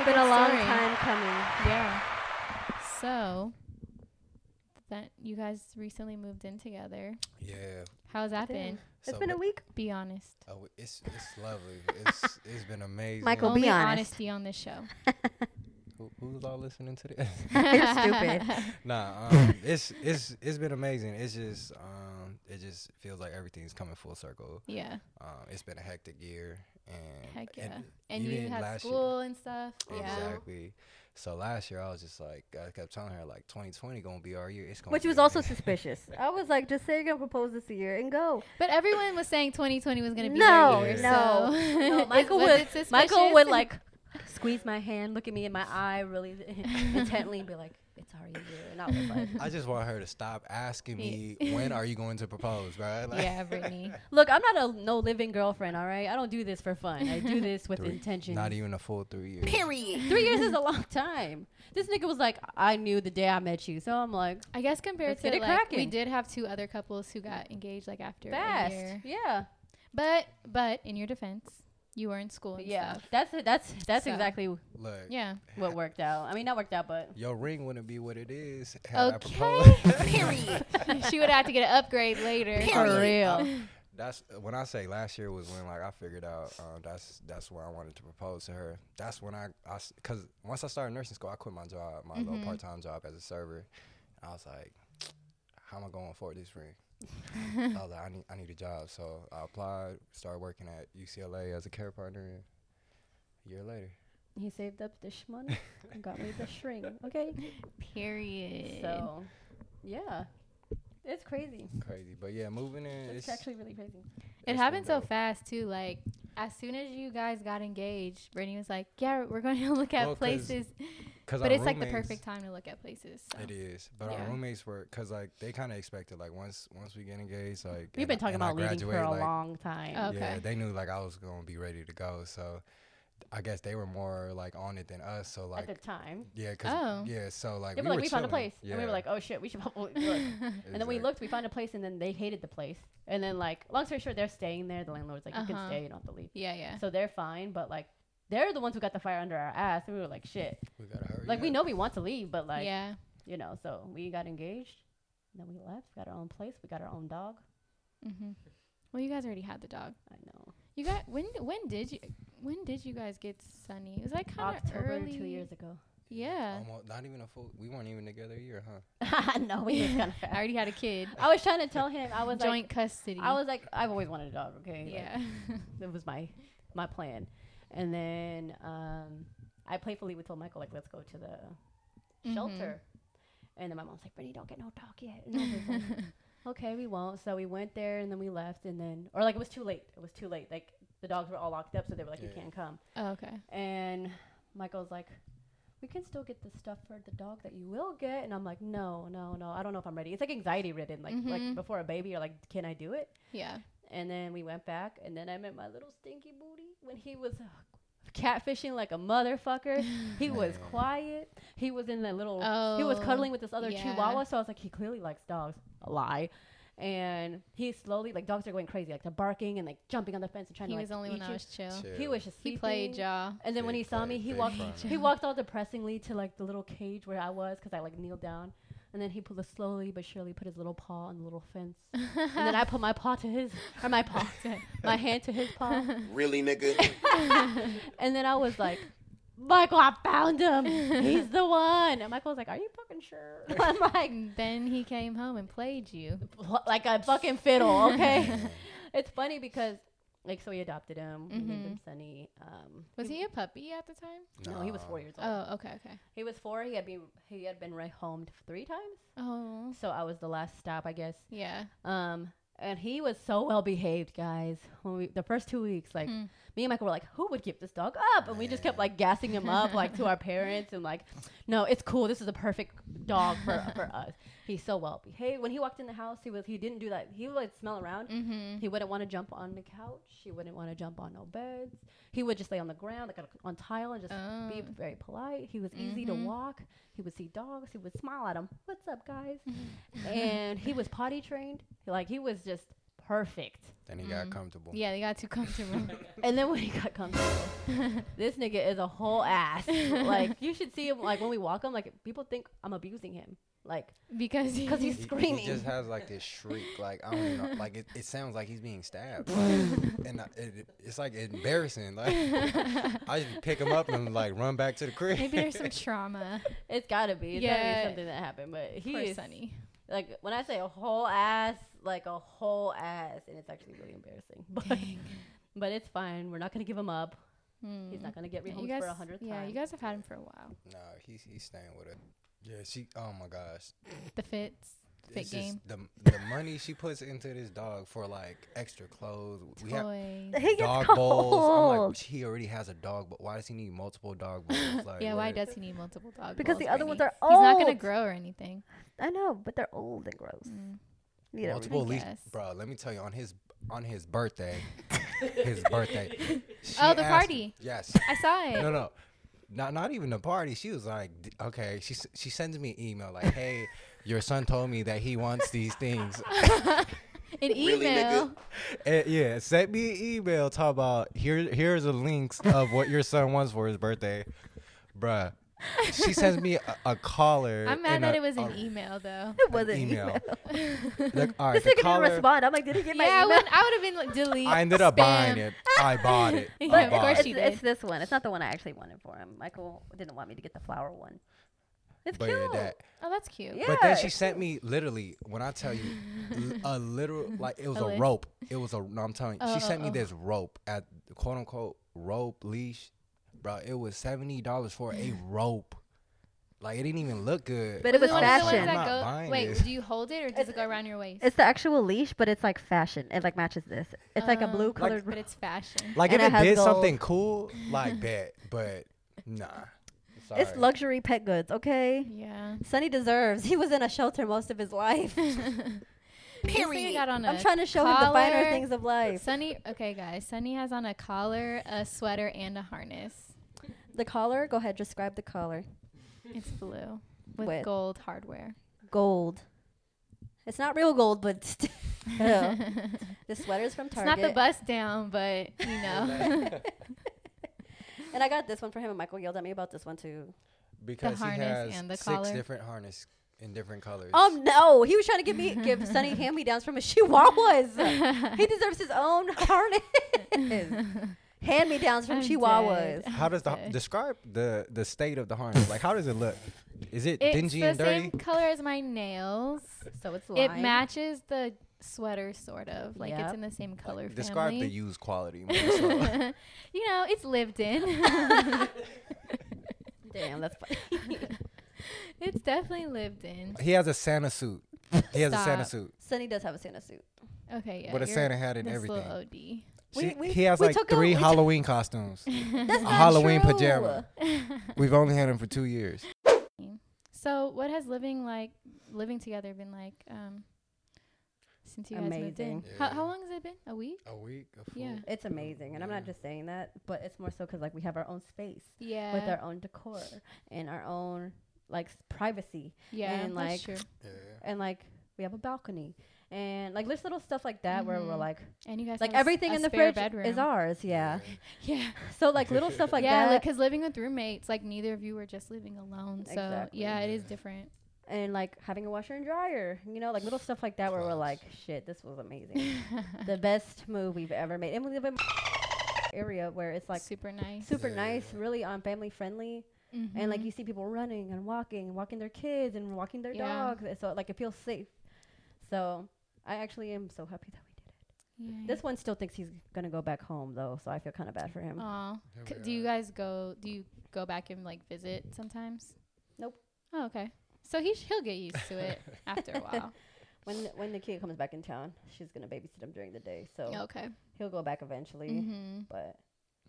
It's been a long
story.
time coming.
Yeah. So that you guys recently moved in together.
yeah.
How's that
Yeah.
been?
It's
So,
been a
but-
week.
Be honest.
Oh, it's it's lovely. It's it's been amazing.
Michael- Well,
Only
be honest.
honesty on this show.
Who, who's all listening to this?
You're stupid.
nah, um, it's it's it's been amazing. It's just um, it just feels like everything's coming full circle.
yeah.
Um, it's been a hectic year, and
Heck yeah.
and,
And you
even
had
last year-
school and stuff. Yeah.
Exactly. So last year I was just like I kept telling her like 2020 gonna be our year. It's gonna.
Which
be
was
our
also
year.
suspicious. I was like, just say you're gonna propose this year and go.
But everyone was saying 2020 was going to be
No,
their year.
no,
so-
no.
Is-
Michael
was
would-
it suspicious?
Michael would like squeeze my hand, look at me in my eye really intently, and be like, "It's our year." And I was like,
I just want her to stop asking me when are you going to propose, right?
yeah, Brittany.
"Look, I'm not a no living girlfriend. All right, I don't do this for fun. I do this with
Three-
intention.
Not even a full three years.
Period.
Three years is a long time. This nigga was like, "I knew the day I met you," so I'm like,
I guess compared
Let's
to
get it
like we
cracking.
did have two other couples who got engaged like after a
"Fast,
year.
yeah,
But but in your defense, you were in school and
yeah."
stuff.
That's that's that's
So.
exactly
Look,
Yeah.
what worked out. I mean, not worked out, but
your ring wouldn't be what it is. had I
Okay.
proposed.
Period.
she would have to get an upgrade later.
For
real.
that's when I say last year was when like I figured out um, that's that's when I wanted to propose to her. That's when I I s- cause once I started nursing school, I quit my job, my
Mm-hmm.
little part time job as a server. I was like, how am I going for this ring? I was like, I need I need a job, so I applied, started working at UCLA as a care partner. and A year later,
he saved up this money and got me the string. Okay,
Period.
so yeah, it's crazy.
crazy, but yeah, moving in.
It's
It's,
actually really crazy.
it
it's
happened
been
so
dope.
fast too. Like as soon as you guys got engaged, Brittany was like, "Yeah, we're going to look at
Well, 'cause
places."
'Cause
But
our
it's like the
roommates-
perfect time to look at places. So.
Oh.
It is, but
Yeah.
our roommates were because like they kind of expected like once once we get engaged like
We've
and-
been talking
and I
about leaving for
graduate,
a
like,
long time.
Oh. Okay.
Yeah, they knew like I was gonna be ready to go, so I guess they were more like on it than us. So
At
like
the time,
yeah, 'cause-
Oh.
yeah, so like
they
we
were like,
were
"We found a
chilling.
place," and we were
Yeah,
like, "Oh shit, we should probably look." And then we
exact-
looked, we found a place, and then they hated the place. And then, like, long story short, they're staying there. The landlord's like, you
Uh-huh.
can stay, you don't have to leave.
yeah, yeah.
So they're fine, but like, they're the ones who got the fire under our ass. And we were like, shit.
we gotta hurry.
Like, we
up."
know we want to leave, but like,
yeah.
you know, so we got engaged. and Then we left. We got our own place. We got our own dog.
mm-hmm. hmm Well, you guys already had the dog.
I know.
You got when? When did you? When did you guys get sunny? It was like kind of
October
early.
two years Oh ago.
Yeah.
Almost, not even a full. We weren't even together a year, huh?
no, we just kind
I already had a kid.
I was trying to tell him. I was
Joint custody.
like, I was like, I've always wanted a dog. Okay, Like,
Yeah.
that was my my plan. And then um, I playfully would tell Michael like, let's go to the
Mm-hmm.
shelter. And then my mom's like, Brittany, don't get no dog yet. And I was like, "Oh, okay, we won't. So we went there and then we left and then, or like it was too late. It was too late. Like the dogs were all locked up, so they were like, you
Yeah.
can't come.
Oh, okay.
And Michael's like, we can still get the stuff for the dog that you will get. And I'm like, no, no, no. I don't know if I'm ready. It's like anxiety ridden. Like like
Mhm.
before a baby, you're like, can I do it?
Yeah.
And then we went back, and then I met my little stinky booty when he was uh, catfishing like a motherfucker. He was
Man.
quiet. He was in that little. he was
Oh,
cuddling with this other
yeah.
chihuahua, so I was like, he clearly likes dogs. A lie. And he slowly like dogs are going crazy, like they're barking and like jumping on the fence and trying
He
to.
was
like,
only
eat
when I
you.
was chill.
He
Chill.
was just.
He played
sleeping.
jaw.
And then when he
Big
saw me,
play,
he
big
walked.
play.
He walked all depressingly to like the little cage where I was because I like kneeled down, and then he pulled slowly but surely put his little paw on the little fence, and then I put my paw to his or my paw, my hand to his paw,
Really, nigga?
and then I was like, Michael, I found him. He's the one. And Michael was like, Are you fucking sure? I'm like,
Then he came home and played you.
like a fucking fiddle, okay? it's funny because like so we adopted him. We named
Mhm.
him Sunny. Um,
Was he a puppy at the time?
No, he was four years old.
Oh, okay, okay.
He was four. He had been he had been rehomed three times.
Oh,
So I was the last stop, I guess.
yeah.
Um, and he was so well behaved, guys. When we the first two weeks, like
Hmm.
me and Michael were like, "Who would give this dog up?" And we just kept
Man.
like gassing him up, like to our parents, and like, "No, it's cool. This is the perfect dog for for us." He's so well behaved. When he walked in the house, he was he didn't do that. He would like, smell around.
Mm-hmm.
He wouldn't want to jump on the couch. He wouldn't want to jump on no beds. He would just lay on the ground, like on tile, and just be
Oh.
very polite. He was easy to
Mhm.
walk. He would see dogs. He would smile at them. What's up, guys?
Mm-hmm.
and he was potty trained. Like he was just perfect.
Then he
Mm-hmm.
got
Mm.
comfortable.
Yeah, they got too comfortable.
And then when he got comfortable, this nigga is a whole ass. like you should see him. Like when we walk him, like people think I'm abusing him. Like
because he,
because he's
He-
screaming.
He, just has like this shriek, like I don't know, like it, it sounds like he's being stabbed, and I, it, it- it's like embarrassing. Like I just pick him up and like run back to the crib.
maybe there's some trauma
it's gotta be. It's gotta
Yeah.
be something that happened. But he
for
is
Sunny.
like when I say a whole ass, like a whole ass, and it's actually really embarrassing. But but it's fine. We're not gonna give him up. He's not gonna
Mm.
get
Yeah,
rehomed
guys,
for a hundred times.
yeah, Hmm. you guys have had him for a while.
nah, he's he's staying with her. Yeah, she. Oh my gosh,
The fits, fit
it's
game,
just the the money she puts into this dog for like extra clothes. We have
toys.
He gets
dog
cold.
bowls. I'm like, he already has a dog, but why does he need multiple dog bowls? Like,
yeah, why
what-
does he need multiple dogs?
Because the other ones are
He's not gonna
old.
grow or anything.
I know, but they're old and gross.
Mm.
Need a
multiple
I
leash,
guess.
bro. Let me tell you, on his on his birthday, his birthday. she
Oh, the
asked-
party.
Yes.
I saw it.
No, no. Not not even the party. She was like, d- okay. She s- she sends me an email like, hey, your son told me that he wants these things.
An
Really,
email.
nigga?
Eh, yeah, send me an email. Talk about here. Here's the links of what your son wants for his birthday, bruh. She sends me a, a collar.
I'm mad
and
that
a-
it was an e-,
a-
email though.
It wasn't email.
email. Like, all right,
This
the
nigga didn't
collar.
respond. I'm like, did he get my
yeah, I
email?
would, I would have been like delete.
I ended up buying
spam.
it. I bought it. I
Yeah,
But
of
bought
course
it.
it's,
you
it's
did.
this one. It's not the one I actually wanted for him. Michael didn't want me to get the flower one. It's
But
cute.
yeah, that.
Oh, that's cute.
Yeah.
But then
it's
she sent me literally when I tell you l- a literal like it was
A
a,
list?
rope. It was a no, I'm telling you.
Oh,
she sent me
oh, oh.
this rope at quote unquote rope leash, bro. It was seventy dollars for a rope. Like it didn't even look good.
But it was
it one of the ones
fashion.
that
I'm not
go-
buying
wait,
this.
do you hold it or does it go around your waist?
It's the actual leash, but it's like fashion. It like matches this. It's like a
Um,
blue colored.
but it's fashion.
Like
and
if
it
it
has
did
gold.
something cool, like bet, but nah. Sorry.
it's luxury pet goods, okay?
yeah.
Sonny deserves. He was in a shelter most of his life.
Period. Got on a
I'm trying to show him the finer
collar.
things of life.
Sunny, okay, guys. Sunny has on a collar, a sweater, and a harness.
The collar. Go ahead, describe the collar.
It's blue with,
With-
gold hardware.
Gold. It's not real gold, but still. the sweater's from
It's
Target.
not the bust down, but you know.
And I got this one for him, and Michael yelled at me about this one too.
because he
harness
has
and the
six
collar.
different harness in different colors.
Um, no, he was trying to give me give Sonny hand me downs from his chihuahuas. he deserves his own harness. hand me downs from
I'm
chihuahuas.
dead.
how does the
Okay.
describe the the state of the harness? Like how does it look? Is it
It's
dingy
the
and dirty?
same color as my nails.
So it's
It matches the sweater, sort of. Like
Yep.
it's in the same color
Describe the
family.
used quality. more so.
you know, it's lived in.
Damn, that's funny.
it's definitely lived in.
he has a Santa suit. He has a Santa
Stop.
suit,
Sonny does have a Santa suit.
Okay, yeah.
with a
you're-
Santa hat and
that's
everything.
Little OD.
We-
She-
we-
he has
we
like
took a-
three
we took-
Halloween costumes.
That's
a
not
Halloween
true.
pajama. We've only had him for two years.
So, what has living like living together been like um, since you guys moved in?
Amazing.
How,
Yeah.
how long has it been? A week?
A week. A
full- Yeah.
It's amazing, and I'm not
Yeah.
just saying that, but it's more so because like we have our own space
Yeah.
with our own decor and our own like s- privacy,
yeah,
and, like,
that's true.
Yeah.
and like we have a balcony and like there's little stuff like that where we're
Mhm.
like
And you guys
like
have a s-
everything
a
in the
spare
fridge
bedroom.
is ours, yeah.
Yeah.
So like little stuff like
yeah,
that,
like because living with roommates, like neither of you were just living alone. So
Exactly.
yeah, it is different.
and like having a washer and dryer, you know, like little stuff like that where we're like,
Facts.
shit, this was amazing, the best move we've ever made, and we live in area where it's like.
super nice. Mm-hmm.
Super
Yeah.
nice, really um, family friendly, and like you see people running and walking, walking their kids and walking their
Yeah.
dogs. and So like it feels safe. So I actually am so happy that we did it.
Mhm.
This one still thinks he's gonna go back home though, so I feel kind of bad for him.
Aw.
Here
C-
we
do you
are.
guys go? Do you go back and like visit sometimes?
Nope.
Oh, okay. So he sh- he'll get used to it after a while.
When the, when the kid comes back in town, she's gonna babysit him during the day, so
Okay.
he'll go back eventually.
hmm
But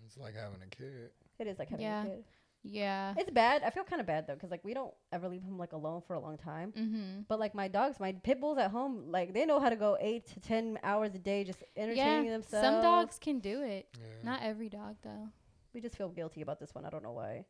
It's like having a kid.
it is like having
Yeah.
a kid.
Yeah.
It's bad. I feel kind of bad though, cause like we don't ever leave him like alone for a long time.
Mm-hmm.
But like my dogs, my pit bulls at home, like they know how to go eight to ten hours a day just entertaining
Yeah.
themselves.
Some dogs can do it.
Yeah.
Not every dog though.
We just feel guilty about this one. I don't know why.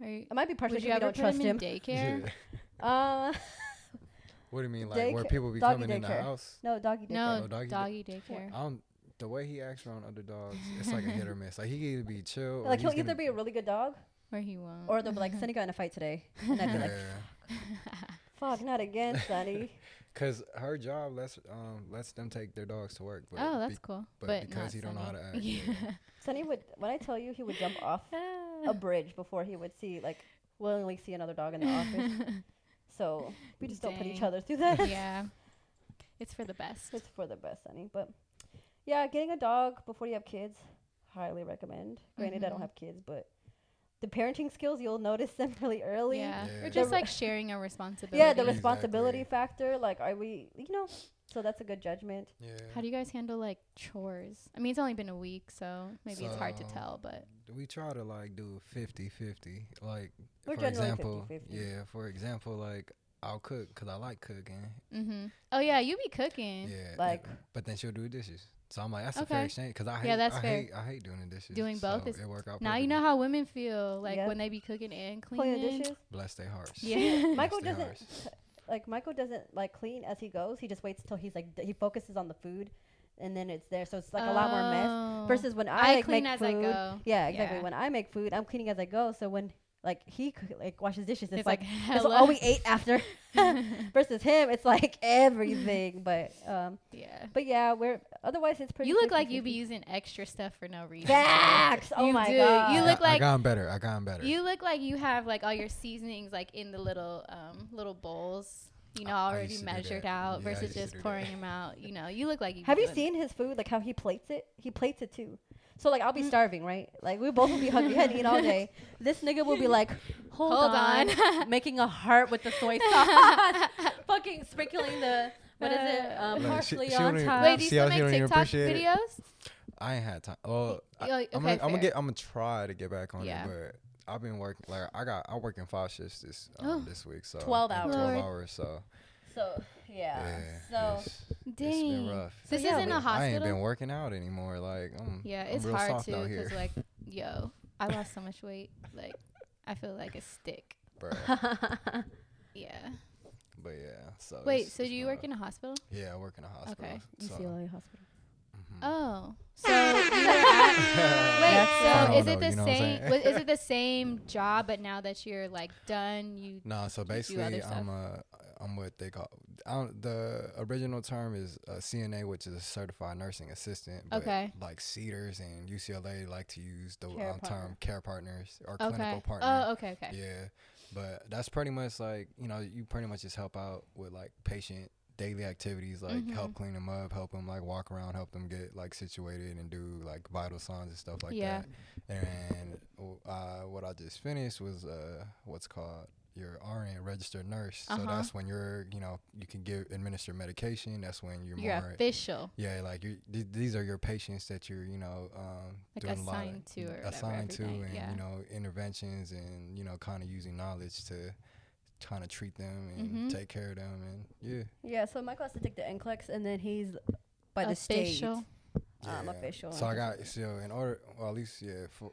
Are you,
It might be partially
would you
because we
ever
don't
put him
trust
in
him.
daycare?
Oh,
Uh,
What do you mean, like where
Daycare-
people be
doggy
coming in the
daycare.
house?
no, doggy daycare.
No,
No, doggy
doggy,
day-
daycare.
Um, the way he acts around other dogs, it's like a hit or miss. Like he can either be chill, or
Like he'll
he's
either
gonna-
be a really good dog,
Or he won't.
or they'll be like, "Sonny got in a fight today," and I'd be like,
Yeah.
"Fuck, not again, Sonny."
Cause her job lets um lets them take their dogs to work. But
oh,
be-
that's cool.
but
But,
because
not
he don't know how
Sunny.
to uh, act,
Yeah.
Sonny would, when I tell you, he would jump off a bridge before he would see, like, willingly see another dog in the office. So we just don't put each
Dang.
other through that.
yeah. It's for the best.
It's for the best, Sonny. But yeah, getting a dog before you have kids, highly recommend. Granted, I
Mhm.
don't have kids, but the parenting skills you'll notice them really early.
Yeah.
Yeah.
Or just
The-
like sharing a responsibility.
Yeah, the
Ability.
responsibility
Exactly.
factor. Like, are we, you know, so that's a good judgment.
yeah.
How do you guys handle like chores? I mean, it's only been a week, so maybe it's hard to
So-
tell, but
we try to like do 50-50. Like
We're
for
generally
example,
50-50.
yeah. For example, like I'll cook because I like cooking.
hmm Oh yeah, you be cooking,
Yeah. and-
Like-
but then she'll do dishes. So I'm like, that's a fair
Mm. Okay.
exchange because I hate,
Yeah, that's
I
fair.
hate, I hate doing the dishes.
doing both.
so
is,
it work out.
now you know
perfectly.
how women feel like
Yep.
when they be cooking and
Clean
cleaning.
the dishes.
bless their hearts.
Yeah.
Michael
Bless their
doesn't like Michael doesn't like clean as he goes. He just waits till he's like d- he focuses on the food, and then it's there. So it's like a lot more mess.
Oh.
Versus when I,
I,
like,
clean
make
as
food.
I go.
Yeah, exactly.
Yeah.
When I make food, I'm cleaning as I go. So when like he coo- like washes dishes, it's,
It's
like,
like,
that's
hello.
all we ate after. Versus him, it's like everything. But um,
yeah.
but yeah, we're otherwise it's pretty.
You look like you be
50-50.
using extra stuff for no reason.
Facts. Oh
You
my
do. You
god.
You
I
look
got- I
like-
gotten better. I gotten better.
You look like you have like all your seasonings like in the little um little bowls, you know,
I- I
already
used to do
measured
that.
out
Yeah, I
versus
used to
just
do that.
pouring them out. You know, you look like you.
Have
be
you
doing
seen his food? Like how he plates it? He plates it too. So like I'll be starving, right? Like we both will be hungry, had to eat all day. This nigga will be like, hold,
Hold
on,
on.
making a heart with the soy sauce, fucking sprinkling the what is it?
Uh,
Um,
Like,
she-
parsley
she
on
don't even-
top.
Wait, do you
See, I
still
see, I
make
don't even
TikTok
appreciate it.
videos?
I ain't had time. Oh, I,
Y- okay,
I'm, gonna, I'm gonna
fair.
get. I'm gonna try to get back on
Yeah.
it, but I've been working. Like I got. I work in five shifts this um,
Oh.
this week. So
12
and
hours.
Twelve
Lord.
hours. So
So yeah.
yeah.
So
it's,
Dang.
it's been rough.
So this
Yeah,
isn't a
But I ain't been
hospital.
working out anymore. Like I'm.
Yeah,
I'm
it's
real
hard
soft
too
out here,
because like, yo, I lost so much weight. Like, I feel like a stick.
bruh.
Yeah.
But yeah. So
Wait,
it's-
so
Oh, it's
do you
been
work in a hospital?
rough. Yeah, I work in a hospital.
Okay.
So,
UCLA hospital.
Mm.
Oh, so you were at, wait.
That's- I
So
don't
is it
know,
the
you know what I'm
same?
saying?
wa- Is it the same job? But now that you're like done, you
No, so
do other
basically,
stuff.
I'm a, I'm what they call. I don't, the original term is uh, a CNA, which is a certified nursing assistant. But
Okay.
Like Cedars and UCLA like to use the
Care
um,
partner.
term care partners or
okay.
clinical partner.
Oh, okay, okay.
Yeah, but that's pretty much like you know you pretty much just help out with like patient daily activities like
Mm-hmm.
help clean them up, help them like walk around, help them get like situated and do like vital signs and stuff like
Yeah.
that. And uh, what I just finished was uh, what's called your RN registered nurse. So
Uh-huh.
that's when you're you know you can give administer medication. That's when you're,
You're
more
official.
yeah, like you, th- these are your patients that you're, you know, um,
Like
doing a lot
assigned to or whatever,
assigned to,
everything,
and
yeah.
you know, interventions, and you know, kind of using knowledge to kind of treat them and
Mm-hmm.
Mhm.
take care of them, and yeah,
Yeah, so
So Michael has to take the NCLEX, E and then he's by the
official.
state. Um,
Yeah.
official.
So I
and-
got so in order, well, at least yeah, for,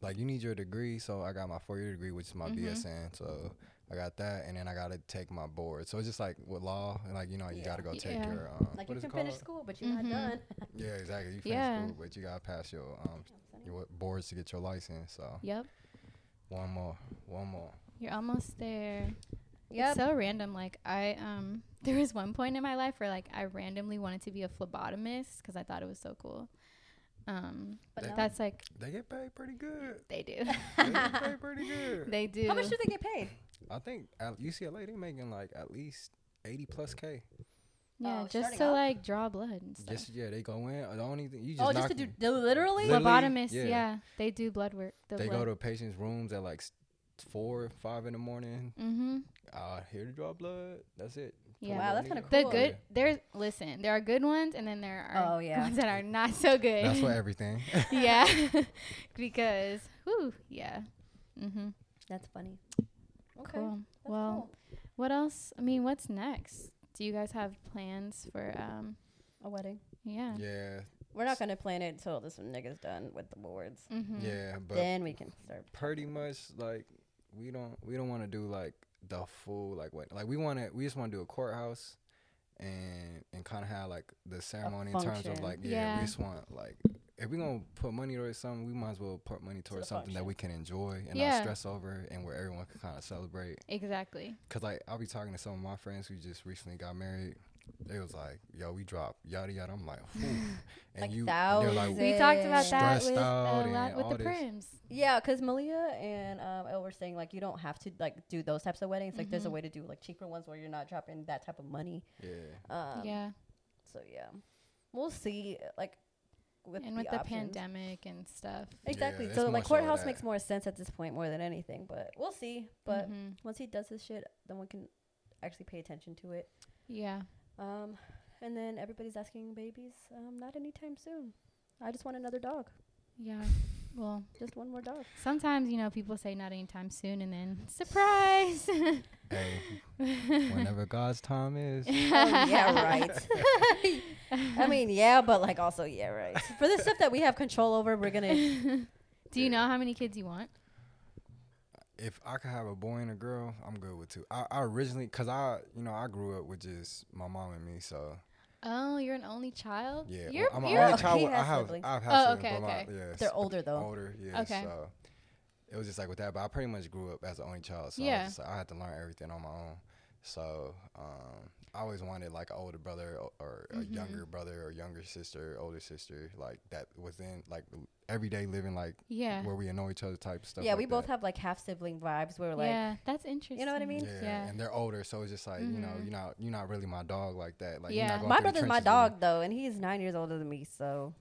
like you need your degree. So I got my four year degree, which is my
Mm-hmm.
Mhm.
BSN. So I got that, and then I got to take my board. So it's just like with law, and like you know, you
Yeah.
got to go take
Yeah.
your um,
Like
what
you
is it
can finish
called?
school, but you're
Mhm.
not done.
Yeah, exactly. You finish
Yeah.
school, but you gotta pass your um your boards to get your license. So
Yep,
One more, one more.
you're almost there.
Yep.
It's so random. Like I um, there was one point in my life where like I randomly wanted to be a phlebotomist because I thought it was so cool. Um,
But
That-
no.
that's like
They get paid pretty good.
they do.
They get paid pretty good.
they do.
How much do they get paid?
I think at UCLA they making like at least eighty plus k.
yeah,
Oh,
just
starting
to
up?
like draw blood and stuff.
Just yeah, they go in. The only thing you just
oh, just to
knock-
do do- literally.
Literally,
Phlebotomists, yeah.
yeah.
they do blood work. The
They
blood.
go to patients' rooms at like s- four, five in the morning.
Mm-hmm.
Uh, here to draw blood. That's it. Put
Yeah.
Wow,
what
that's
they
kinda
need.
The
Cool.
good there's listen, there are good ones and then there are
Oh, yeah.
ones that are not so good.
That's for everything.
yeah. because whew, yeah. Mhm.
That's funny. Okay.
Cool.
That's
well,
cool.
what else? I mean, what's next? Do you guys have plans for um
a wedding.
yeah.
yeah,
We're not gonna plan it until this nigga's done with the boards.
Mhm.
yeah. But
Then we can start.
pretty much like we don't we don't want to do like the full like what like we want to we just want to do a courthouse and and kind of have like the ceremony in terms of
function.
like yeah,
Yeah.
we just want like if we're gonna put money towards something we might as well put money towards
the
something that
function.
we can enjoy and
Yeah.
not stress over and where everyone can kind of celebrate
Exactly.
because like i'll be talking to some of my friends who just recently got married they was like yo we dropped yada yada i'm like Whew. and
Like
you they're
thousands.
like
We talked about that
Stressed
with
out
a
and
lot with
all
the
this.
prims.
Yeah, because Malia and um, Elle were saying like you don't have to like do those types of weddings. Like there's a
Mhm.
way to do like cheaper ones where you're not dropping that type of money.
yeah
Um,
yeah.
So yeah, we'll see. Like with
And with the,
options.
pandemic and stuff.
Exactly.
Yeah, it's
so
more
like
so
courthouse
that.
makes more sense at this point more than anything. But we'll see. But
Mhm.
once he does this shit, then we can actually pay attention to it.
yeah.
Um, and then everybody's asking babies. Um, not anytime soon. I just want another dog.
Yeah. Well,
Just one more dog.
Sometimes, you know, people say not anytime soon and then surprise.
hey whenever god's time is
oh, yeah, right. I mean, yeah, but like also, yeah, right. For the stuff that we have control over, we're gonna.
Do you know how many kids you want?
if I could have a boy and a girl, I'm good with two. I, I originally, cause I, you know, I grew up with just my mom and me, so
Oh, you're an only child?
yeah,
You're,
I'm
you're-
an only
okay.
child.
He
with- I
has
have,
siblings.
I've had
Oh,
siblings,
okay,
but my-
okay.
yeah, s-
They're older though.
older, yeah.
Okay.
So it was just like with that, but I pretty much grew up as an only child, so I,
Yeah.
was just, like, I had to learn everything on my own. So um, I always wanted like an older brother or, or
Mm-hmm.
a younger brother or younger sister, older sister, like that within like everyday living, like
yeah.
where we know each other type stuff.
Yeah,
like
we both
that.
have like half sibling vibes. Where like,
yeah, that's interesting.
know what I mean?
Yeah,
Yeah.
and they're older, so it's just like you know,
Mhm.
you're not you're not really my dog like that. Like
Yeah.
you're not going
my
through the
brother's my
trenches with me.
dog though, and he's nine years older than me. So,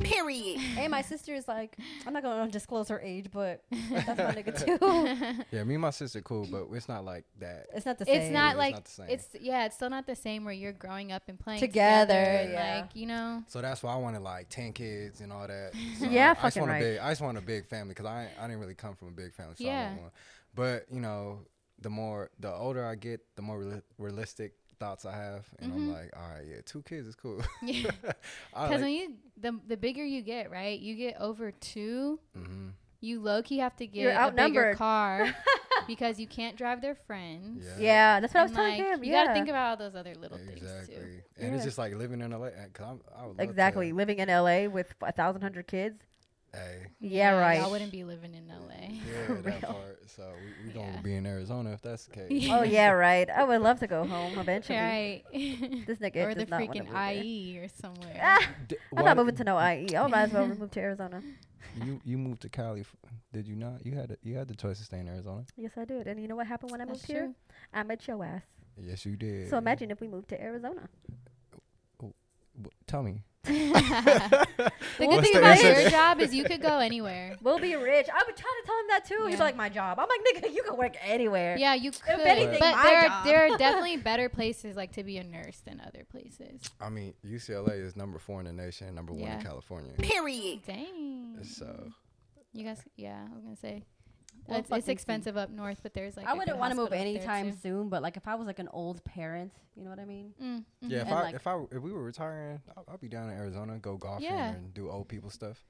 Period.
and my sister is like, I'm not gonna disclose her age, but that's my nigga too.
Yeah, me and my sister cool, but it's not like that.
It's not the same.
It's not
It's
like
not the same.
it's yeah, it's still not the same where you're growing up and playing
Together,
and,
yeah.
Like you know,
So that's why I wanted like ten kids and all that. So
Yeah,
I, I just
fucking
want
right.
a big, I just want a big family because I ain't- I didn't really come from a big family, so I
Yeah.
want one. But you know, the more the older I get, the more reali- realistic thoughts I have, and I'm like, all right, yeah, two kids is cool.
because
I like,
when you the the bigger you get, right? You get over two,
hmm
you low key have to get
You're
a bigger
outnumbered.
car because you can't drive their friends.
yeah,
yeah, that's what I was
And,
telling
like,
him.
You
yeah,
gotta think about all those other little things
exactly.
too.
And And it's
Yeah.
just like living in LA. uh, Cause I'm, I would love to-
Exactly. Living in LA with a thousand hundred kids.
Hey,
Yeah, right.
I wouldn't be living in LA.
yeah,
real.
that part. So we, we
Yeah.
gonna be in Arizona if that's the case.
Oh yeah, right. I would love to go home eventually.
right.
This nigga
or
does
the
not wanna
freaking E.
move there.
IE or somewhere.
Ah,
D- why-
I'm not moving to no IE. I might as well move to Arizona.
You you moved to Cali, f- did you not? You had a, you had the choice to stay in Arizona.
Yes, I did. And you know what happened when I
That's
moved here?
true.
I met your ass.
Yes, you did.
So imagine if we moved to Arizona.
W- tell me.
The good
What's
thing
the
about
answer?
your job is you could go anywhere.
We'll be rich. I would try to tell him that too. He'd be
Yeah.
like, my job. I'm like, nigga, you can work anywhere.
Yeah, you could.
anything,
but
my
there are
job.
there are definitely better places like to be a nurse than other places.
I mean, UCLA is number four in the nation, and number one
Yeah.
in California.
Period.
Dang.
So
You guys, yeah, I was gonna say.
Well,
it's,
fucking
it's
see.
expensive up north, but there's like.
I wouldn't
want to
move anytime soon, but like if I was like an old parent, you know what I mean?
Mm, mhm.
yeah, if
And,
I,
like-
if I if we were retiring, I'll, I'll be down in Arizona, go golfing
Yeah.
and do old people stuff.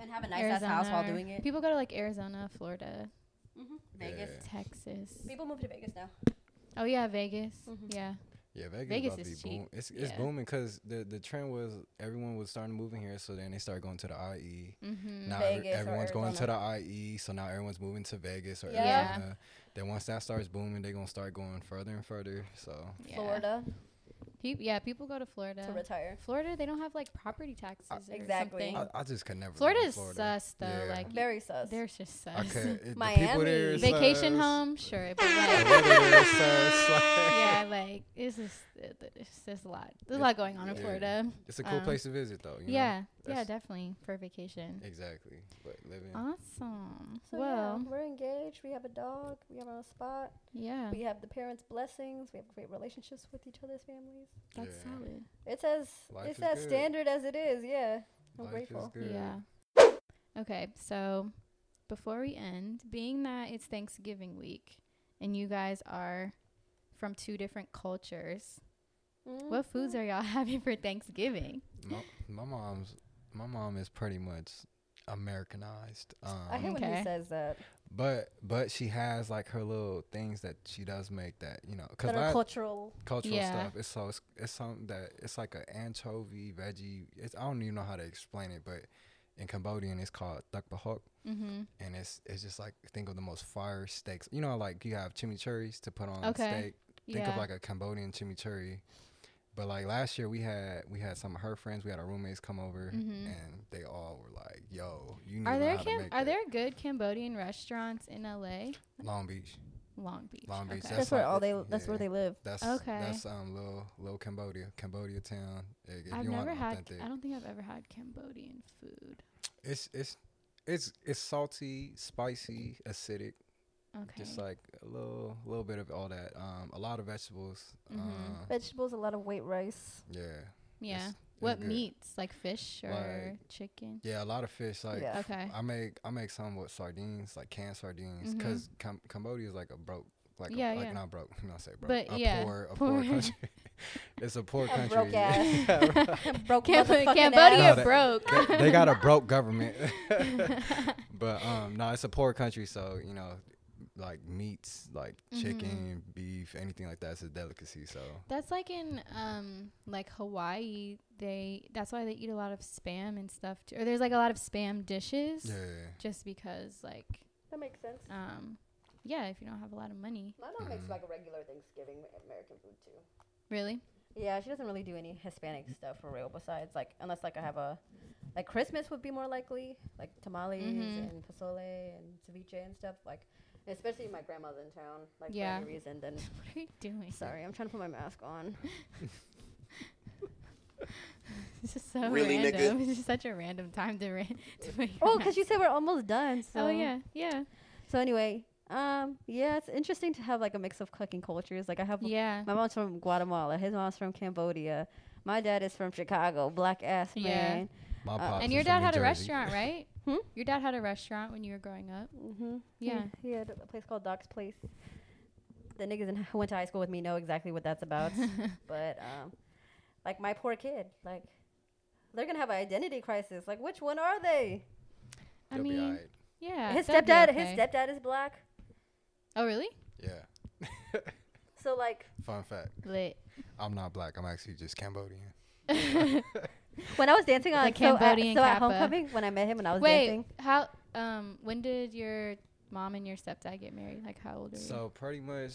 And have a nice ass house while doing it.
People go to like Arizona, Florida,
Mm-hmm.
Vegas.
Yeah.
Texas.
People move to Vegas now.
Oh yeah, Vegas.
Mhm.
Yeah.
Yeah, Vegas,
Vegas
about to
is
be
cheap.
boom- It's it's
Yeah.
booming because the the trend was everyone was starting moving here, so then they started going to the E. IE.
Mm-hmm.
Now every-
Vegas or
everyone's going to the IE, so now everyone's moving to Vegas or
Yeah.
Yeah.
Arizona. Then once that starts booming, they're gonna start going further and further. So
Yeah.
Florida
Peop yeah, people go to Florida.
to retire.
Florida, they don't have like property taxes. or
Uh, Exactly.
Something.
I, I just could never. live
Florida
in
is
Florida.
sus though.
Yeah.
Like
Very sus.
they're just sus.
I could. it- the people
Miami.
there is
Vacation
sus.
home, sure, but
The
like,
weather there is sus, like-
yeah, like it's just it- it's just a lot. There's a lot going on in
Yeah.
Florida.
It's a cool
Um,
place to visit, though. you know?
yeah, yeah,
that's-
definitely for vacation.
Exactly. But living.
Awesome.
So
well,
yeah, we're engaged. We have a dog. We have our own spot.
yeah,
We have the parents' blessings. We have great relationships with each other's families.
that's
Yeah.
solid.
It's as
Life
it's
is
as
good.
standard as it is. Yeah, I'm
life
grateful.
Is good.
Yeah. Okay, so before we end, being that it's Thanksgiving week and you guys are from two different cultures,
Mm-hmm.
what foods are y'all having for Thanksgiving?
My, my mom's my mom is pretty much Americanized.
I
Um,
hate when
Okay.
he says that.
but but she has like her little things that she does make that you know because
That are cultural.
cultural
Yeah.
stuff. It's so it's, it's something that it's like an anchovy veggie. It's I don't even know how to explain it, but in Cambodian it's called thuk bahok.
Mm-hmm.
and it's it's just like think of the most fire steaks. You know, like you have chimichurris to put on
Okay.
steak. Think
Yeah.
of like a Cambodian chimichurri. But like last year, we had we had some of her friends, we had our roommates come over,
Mhm.
and they all were like, "Yo, you need
Are
to
there
know how to
Cam-
make
are
that."
there good Cambodian restaurants in LA?
Long Beach,
Long Beach.
Long Beach.
Okay.
That's
That's where
like-
all they. That's where
yeah.
they live.
That's
Okay.
That's um little little Cambodia, Cambodia town. If
I've
you want
never had.
authentic-
I don't think I've ever had Cambodian food.
It's it's it's it's salty, spicy, acidic.
Okay.
Just like a little little bit of all that. Um, a lot of vegetables.
Mhm.
Um,
Vegetables, a lot of white rice.
yeah.
yeah.
It's- it's
What
good.
meats? Like fish or chicken?
Yeah, a lot of fish. Like
Yeah.
Okay.
I make I make some with sardines, like canned sardines,
Mhm.
because Cam- Cambodia is like a broke, like
Yeah,
a, like
yeah.
not broke, I'm not say broke,
But
a
yeah,
poor, a
poor.
poor country. it's a poor
A
country.
broke ass. Broke
Cam-
motherfucking
Cambodia
ass.
No, that-
broke.
they, they got a broke government, but um, no, it's a poor country, so you know, like meats, like chicken,
Mm-hmm.
beef, anything like that's a delicacy. So
That's like in um like Hawaii. They that's why they eat a lot of spam and stuff. Too. Or there's like a lot of spam dishes.
yeah,
Just because like
That makes sense.
Uh,
um yeah if you don't have a lot of money
My mom
Mm.
makes like a regular Thanksgiving American food too.
really
Yeah, she doesn't really do any Hispanic stuff for real. Besides, like unless like I have a like Christmas would be more likely, like tamales
Mhm.
and pozole and ceviche and stuff. Like especially if my grandma's in town, like
Yeah.
for any reason. Then
what are you doing?
sorry, I'm trying to put my mask on.
This is so
Really, nigga?
random. It's just such a random time to ran to put your
Oh, because
mask-
you said we're almost done. So.
oh yeah yeah
So anyway, um, yeah, it's interesting to have like a mix of cooking cultures. Like I have
yeah
My mom's from Guatemala. His mom's from Cambodia. My dad is from Chicago. Black ass
Yeah.
man.
my
Uh,
pops
and
is
your
from
dad
New
had a
Jersey.
restaurant right
Hmm?
your dad had a restaurant when you were growing up
Mm-hmm.
Yeah.
He, had a place called Doc's Place. The niggas in, who went to high school with me know exactly what that's about. but um, like my poor kid, like they're gonna have an identity crisis. Like which one are they?
I
They'll be
mean
alright.
yeah
his
that'd be
stepdad.
okay.
His stepdad is black.
oh really
yeah.
So like
Fun fact:
Lit.
I'm not black. I'm actually just Cambodian.
when I was dancing on so at-
Cambodian
so at,
Kappa.
homecoming when I met him and I was
Wait,
dancing.
how? Um, when did your mom and your stepdad get married? Like, how old are you?
So pretty much,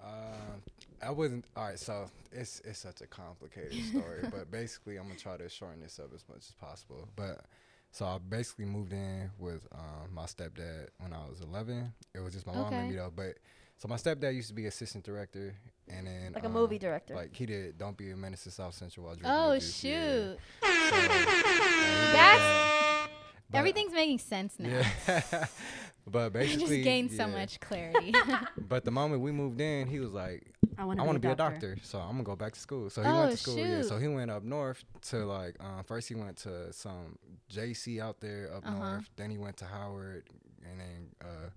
uh, I wasn't. All right, so it's it's such a complicated story, but basically, I'm gonna try to shorten this up as much as possible. But so I basically moved in with um, my stepdad when I was 11. It was just my mom
Okay.
and me though. But so my stepdad used to be assistant director, and then
Like a
um,
movie director.
Like he did "Don't Be a Menace to South Central" while drinking.
oh
your juice, yeah.
shoot!
So, yeah, he did
That's-
that. But-
Everything's making sense now.
Yeah. but
I
basically,
just gained so
yeah.
much clarity.
But the moment we moved in, he was like,
I want
I want to be a doctor, so I'm gonna go back to school. So he
Oh,
went to school, yeah. So
shoot.
he went up north to like um, first he went to some JC out there up
Uh-huh.
north. Then he went to Howard, and then uh,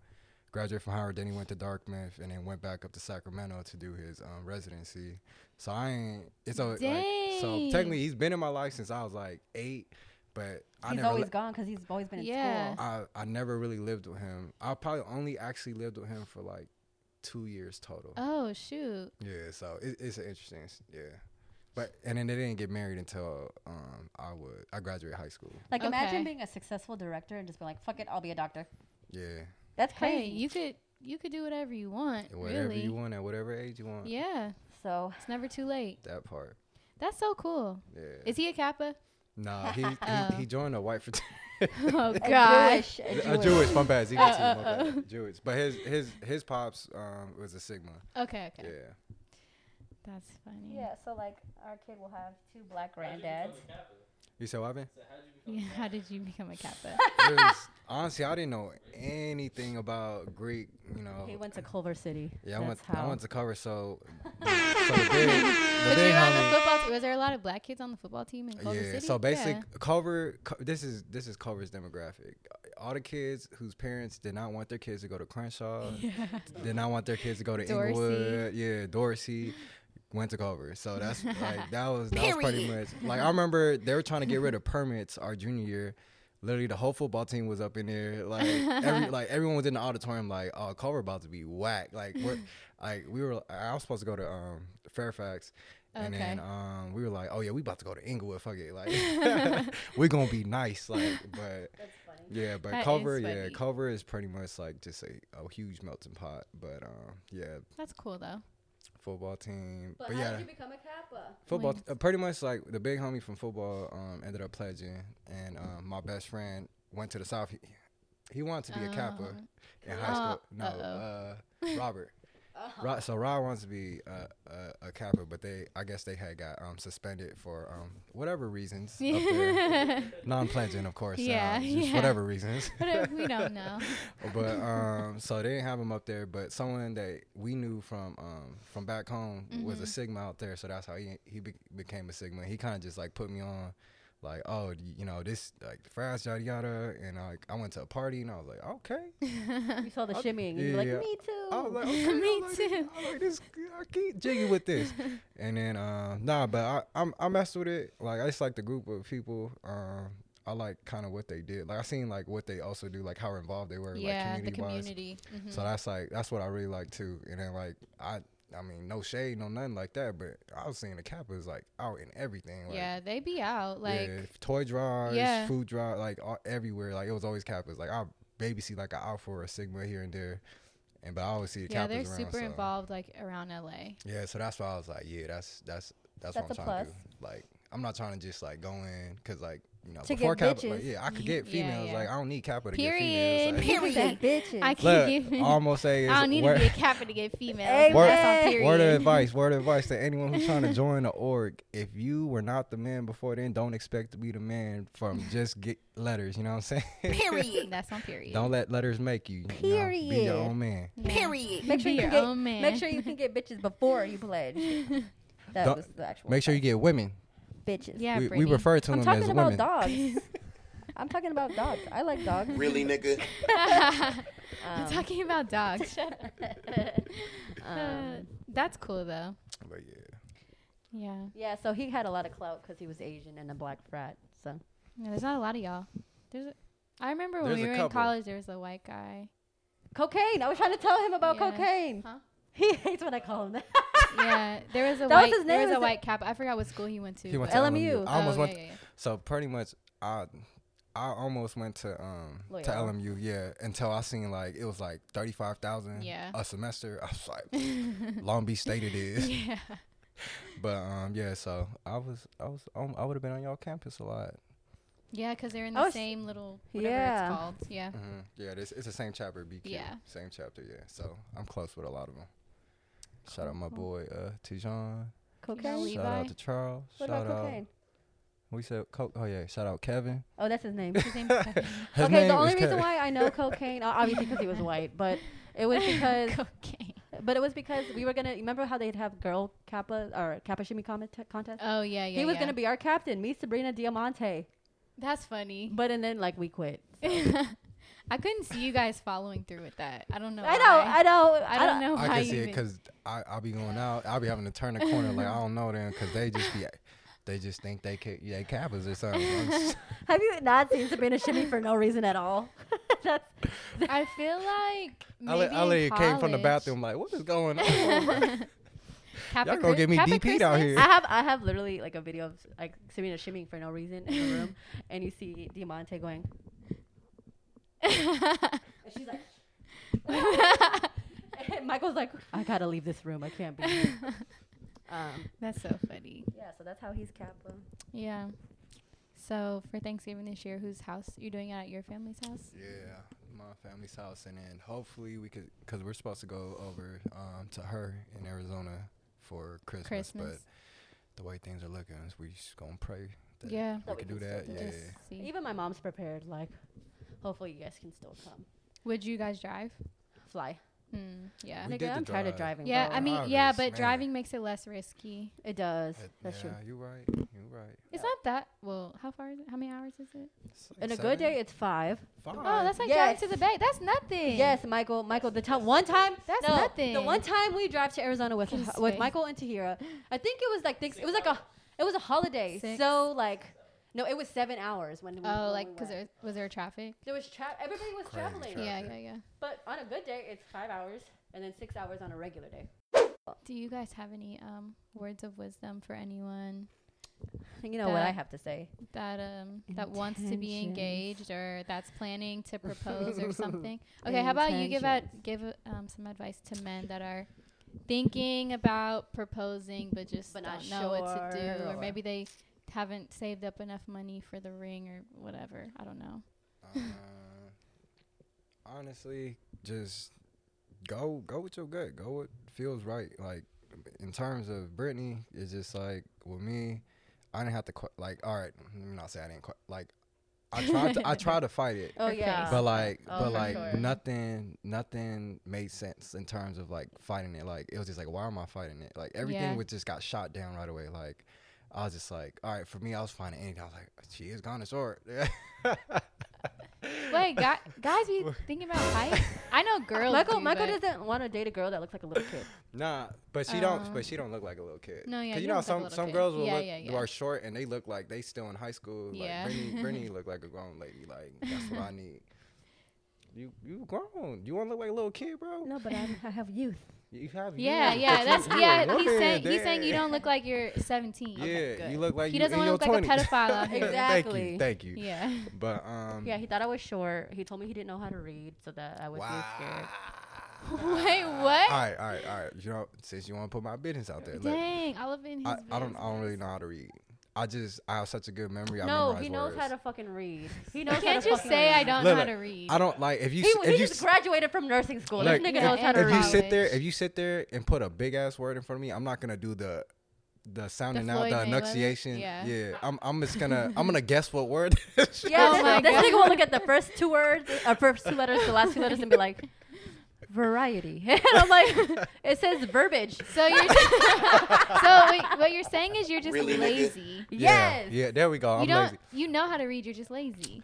graduated from Howard. Then he went to Dartmouth, and then went back up to Sacramento to do his um, residency. So I ain't. It's always like, so
Dang.
technically he's been in my life since I was like eight, but I
He's
never.
always
li-
gone because he's always been in
Yeah.
school.
I, I never really lived with him. I probably only actually lived with him for like two years total.
oh shoot!
Yeah, so it, it's an interesting, s- yeah. But and then they didn't get married until um I would I graduated high school.
Like
Okay.
imagine being a successful director and just be like, "Fuck it, I'll be a doctor."
Yeah,
That's
Hey,
crazy.
you could you could do whatever you want.
whatever
really?
you want at whatever age you want.
Yeah,
so
it's never too late.
that part.
That's so cool.
Yeah.
Is he a Kappa?
nah, he,
Oh.
he he joined a white fraternity.
oh
a
gosh.
Jewish-
a Jewish, my bad, ZBT,
Oh,
my bad, Jewish. But his his his pops um was a Sigma.
Okay, okay.
Yeah.
That's funny.
Yeah, so like our kid will have two black granddads.
You said what happened?
Yeah, How did you become a Kappa?
It was- honestly, I didn't know anything about Greek. You know,
He went to Culver City.
yeah, I
That's
went
how.
I went to cover. So, so the big, the
But
big
you were on the
homie-
football. T- was there a lot of black kids on the football team in Culver
yeah,
City?
so basically,
Yeah.
Culver. Cu- This is this is Culver's demographic. All the kids whose parents did not want their kids to go to Crenshaw, did not want their kids to go to
Dorsey.
Inglewood. Yeah, Dorsey went to Culver. So that's like that was that was pretty much
Period.
like I remember they were trying to get rid of permits our junior year. Literally, the whole football team was up in there. Like, every, like everyone was in the auditorium. Like, oh, Culver about to be whack. Like, what? Like, we were. I was supposed to go to um Fairfax, and
Okay.
then um, we were like, oh yeah, we about to go to Inglewood. Fuck it, like we're gonna be nice, like. But yeah, but
That is
Culver, yeah,
funny.
Culver is pretty much like just a, a huge melting pot. But um, yeah,
That's cool though.
football team. But, yeah,
become a Kappa?
football.
Wait.
uh, pretty much like the big homie from football um ended up pledging, and um, my best friend went to the south. He, he wanted to be a
Um,
Kappa in high
Oh,
school. No, uh,
uh-oh. Uh-huh.
Robert. Ro- so Rod wants to be a, a, a Kappa, but they I guess they had got um, suspended for um, whatever reasons. up there. Non-pledging, of course.
Yeah,
um, just
yeah.
Whatever reasons.
But uh, we don't know.
but um, so they didn't have him up there. But someone that we knew from um, from back home
Mm-hmm.
was a Sigma out there, so that's how he he be- became a Sigma. He kind of just like put me on, like oh y- you know this like fast yada yada, and like I went to a party and I was like okay,
You saw the
I-
shimmying. and You're like,
Oh, yeah.
me
I was
too.
like, okay,
Me
I like this-
too.
I like this. I keep jiggy with this. And then, um, nah, but I, I'm, I messed with it. Like, I just like the group of people. Um, I like kind of what they did. Like, I seen like what they also do, like how involved they were,
yeah,
like
the
community wise.
community. Mhm.
So that's like that's what I really like too. And then like I, I mean, no shade, no nothing like that. But I was seeing the Kappas like out in everything. Like,
yeah, they be out like
yeah, toy drives,
Yeah.
food drive, like all, everywhere. Like it was always Kappas. Like I maybe see like an Alpha or a Sigma here and there, and but I always see the
yeah,
Kappas
they're
around,
super
so-
involved like around LA.
Yeah, so that's why I was like, yeah, that's that's that's, what I'm
That's a
trying to do. Like I'm not trying to just like go in because like you know
To
before
get
Kappa, like,
bitches.
yeah, I could
Yeah,
get
yeah,
females.
yeah.
Like I don't need Kappa to
Period.
get females.
Period.
Like,
That bitches.
I can't
Look,
give.
all I'm gonna say is
I don't need
where-
to be a Kappa to get females.
Amen.
but that's on
Word-
period.
Word of advice, word of advice to anyone who's trying to join the org. If you were not the man before then, don't expect to be the man from just get letters. You know what I'm saying?
Period.
That's on period.
don't let letters make you. you know? Be
Period.
your own man.
Yeah.
Period.
make sure
Be
you
your
can get,
own man.
make sure you can get bitches before you pledge. That
Don't-
was the actual.
Make sure you get women.
get bitches.
Yeah,
we, we
Brittany.
refer to
I'm
them as
talking about
women.
dogs. I'm talking about dogs. I like dogs. Um,
Really, nigga?
I'm talking about dogs. Uh,
Um,
that's cool though.
But yeah,
Yeah.
yeah.
so he had a lot of clout because he was Asian and a black frat. So
Yeah, there's not a lot of y'all. There's. A, I remember when
There's
we
a
were in
couple.
college, there was a white guy.
cocaine. I was trying to tell him about
Yeah.
cocaine.
Huh?
He hates when I call him that.
yeah, there was a
That was
white.
his
there
name,
was a
was it?
white cap. I forgot what school he went to.
He went
but-
to
LMU.
LMU. I almost
Oh,
went.
yeah, yeah, yeah.
So pretty much, I I almost went to um to
Loyola.
LMU, yeah, until I seen like it was like thirty five thousand
Yeah.
a semester. I was like, Long Beach State it is.
yeah.
But um, yeah, so I was I was on, I would have been on y'all campus a lot.
Yeah, because they're in
I
the
was-
same little whatever
Oh, Yeah.
it's called. Yeah.
hmm Yeah, this it's the same chapter BQ.
Mm-hmm. Yeah.
Same chapter, yeah. So I'm close with a lot of them. Shout out my boy uh Tijon.
Levi?
Cocaine.
Shout out to Charles.
What
shout
about
out
cocaine?
we said Coke. Oh yeah, shout out Kevin.
Oh, that's his name.
His name's Kevin.
His
okay,
name
the
is
only reason
Kevin.
why I know cocaine, uh, obviously because he was white, but it was because,
cocaine.
but it was because we were gonna remember how they'd have girl kappa or kappa shimmy comment contest.
Oh yeah, yeah.
he was
yeah.
gonna be our captain, me, Sabrina Diamante,
That's funny.
but and then like we quit.
I couldn't see you guys following through with that. I don't know.
I know,
why.
I know,
I don't know why
I can
you
see it
did-
because I I'll be going out. I'll be having to turn the corner like I don't know them because they just be they just think they ca- they cappers or something. I'm just-
Have you not seen Sabrina shimmy for no reason at all? that's
I feel like
I,
maybe
li- I
in
literally came from the
college-
bathroom like what is going on?
Kappa
Y'all gonna
Chris-
get me
Kappa
DP'd out
Christmas?
here.
I have I have literally like a video of like Serena shimmying for no reason in her room, and you see Diamante going. And she's like, and Michael's like, I gotta leave this room. I can't be. Here. Um,
That's so funny.
yeah, so that's how he's Kappa.
Yeah. So for Thanksgiving this year, whose house you doing it at your family's house?
Yeah, my family's house, and then hopefully we could, cause we're supposed to go over um, to her in Arizona for Christmas,
Christmas.
But the way things are looking, is we just gonna pray that
Yeah.
we
That we
could
can
do that.
still
Yeah.
do
Just see.
Even my mom's prepared. Like, hopefully you guys can still come.
Would you guys drive?
Fly.
Mm, yeah.
We
Nigga,
did the
I'm tired of
drive.
driving.
Yeah,
bro.
I mean,
Drive
yeah,
is-
but
man.
driving makes it less risky.
it does.
That-
That's
yeah,
true.
you right. You right.
It's not that well. How far is it? How many hours is it?
It's like
And a good
seven,
day, it's five.
five.
Oh, that's like driving
Yes.
to the bay. That's nothing.
Yes, Michael. Michael, the time one time
That's
no,
nothing.
The one time we drive to Arizona with
Goodness
with
sake.
Michael and Tahira, I think it was like thanks, it was like a it was a holiday.
Six.
So like, no, it was seven hours when we.
Oh,
when
like
we
because
went.
there was there traffic?
there was tra- everybody was
Crazy
traveling.
traffic.
Yeah,
Traffic.
yeah, yeah.
But on a good day, it's five hours and then six hours on a regular day.
Do you guys have any um words of wisdom for anyone
You know what I
That-
have to say?
that um that wants to be engaged or that's planning to propose or something? Okay, how about you give out give uh, um some advice to men that are thinking about proposing but just
But not
don't know what to do
sure
or
or-
maybe they haven't saved up enough money for the ring or whatever. I don't know.
Uh, honestly, just go go with your gut. Go what feels right. Like in terms of Brittany, it's just like with me, I didn't have to qu- like. All right, let me not say I didn't qu- like. I tried to, I tried to fight it,
Oh
Her
yeah.
face.
but like
Oh,
but
for
like
sure.
nothing nothing made sense in terms of like fighting it. Like it was just like why am I fighting it? Like everything
Yeah.
was just got shot down right away. Like. I was just like, all right. For me, I was finding anything. I was like, "Oh, she is gone and short.
Wait, guy, guys, be thinking about height. I know girls.
Michael
do,
Michael
but-
doesn't want to date a girl that looks like a little kid.
Nah, but she don't.
Um,
But she don't look like a little kid.
no, yeah, you
'Cause you know
don't
how
look like a little
some some
kid.
girls will
Yeah,
look
yeah,
who
yeah.
are short and they look like they still in high school.
Yeah.
Like Brittany, Brittany look like a grown lady. Like that's what I need. You you grown. You want to look like a little kid, bro?
No, but I'm, I have youth.
You have.
Yeah,
you,
yeah,
but
that's
you a
yeah. He's
woman,
saying he's saying you
dang.
don't look like you're 17.
Yeah,
good.
you look
He
like you
doesn't
in
wanna
your
look like a
20s.
pedophile out here.
thank
Exactly.
you, thank you.
Yeah.
But um.
Yeah, he thought I was short. He told me he didn't know how to read, so that I was
Wow.
too scared.
Wait,
All
what?
right, all right, all right. You know, since you want to put my business out there, look,
Dang, all up in his.
I, I don't I don't
business.
really know how to read. I just I have such a good memory. I
No,
memorize
he knows
words.
how to fucking read. He knows.
Can't
how to
you
fucking
say
read.
I don't know
Look,
how
look,
to read?
I don't like if you
He,
s-
he
if you
just
s-
graduated from nursing school.
Look,
this nigga
Yeah,
knows how to
and
if
read.
you sit
college.
there if you sit there and put a big ass word in front of me, I'm not gonna do the the sounding out
Floyd
the
Mayweather?
enunciation.
Yeah.
I'm I'm just gonna I'm gonna guess what word.
Oh
yeah, this,
my
this
God.
nigga will look at the first two words, or first two letters, the last two letters, and be like, variety. and I'm like, it says verbiage.
So you're so wait, what you're saying is you're just
Really, nigga?
lazy.
yeah,
Yes.
yeah. There we go.
You
Oh, I'm
don't.
lazy.
You know how to read. You're just lazy.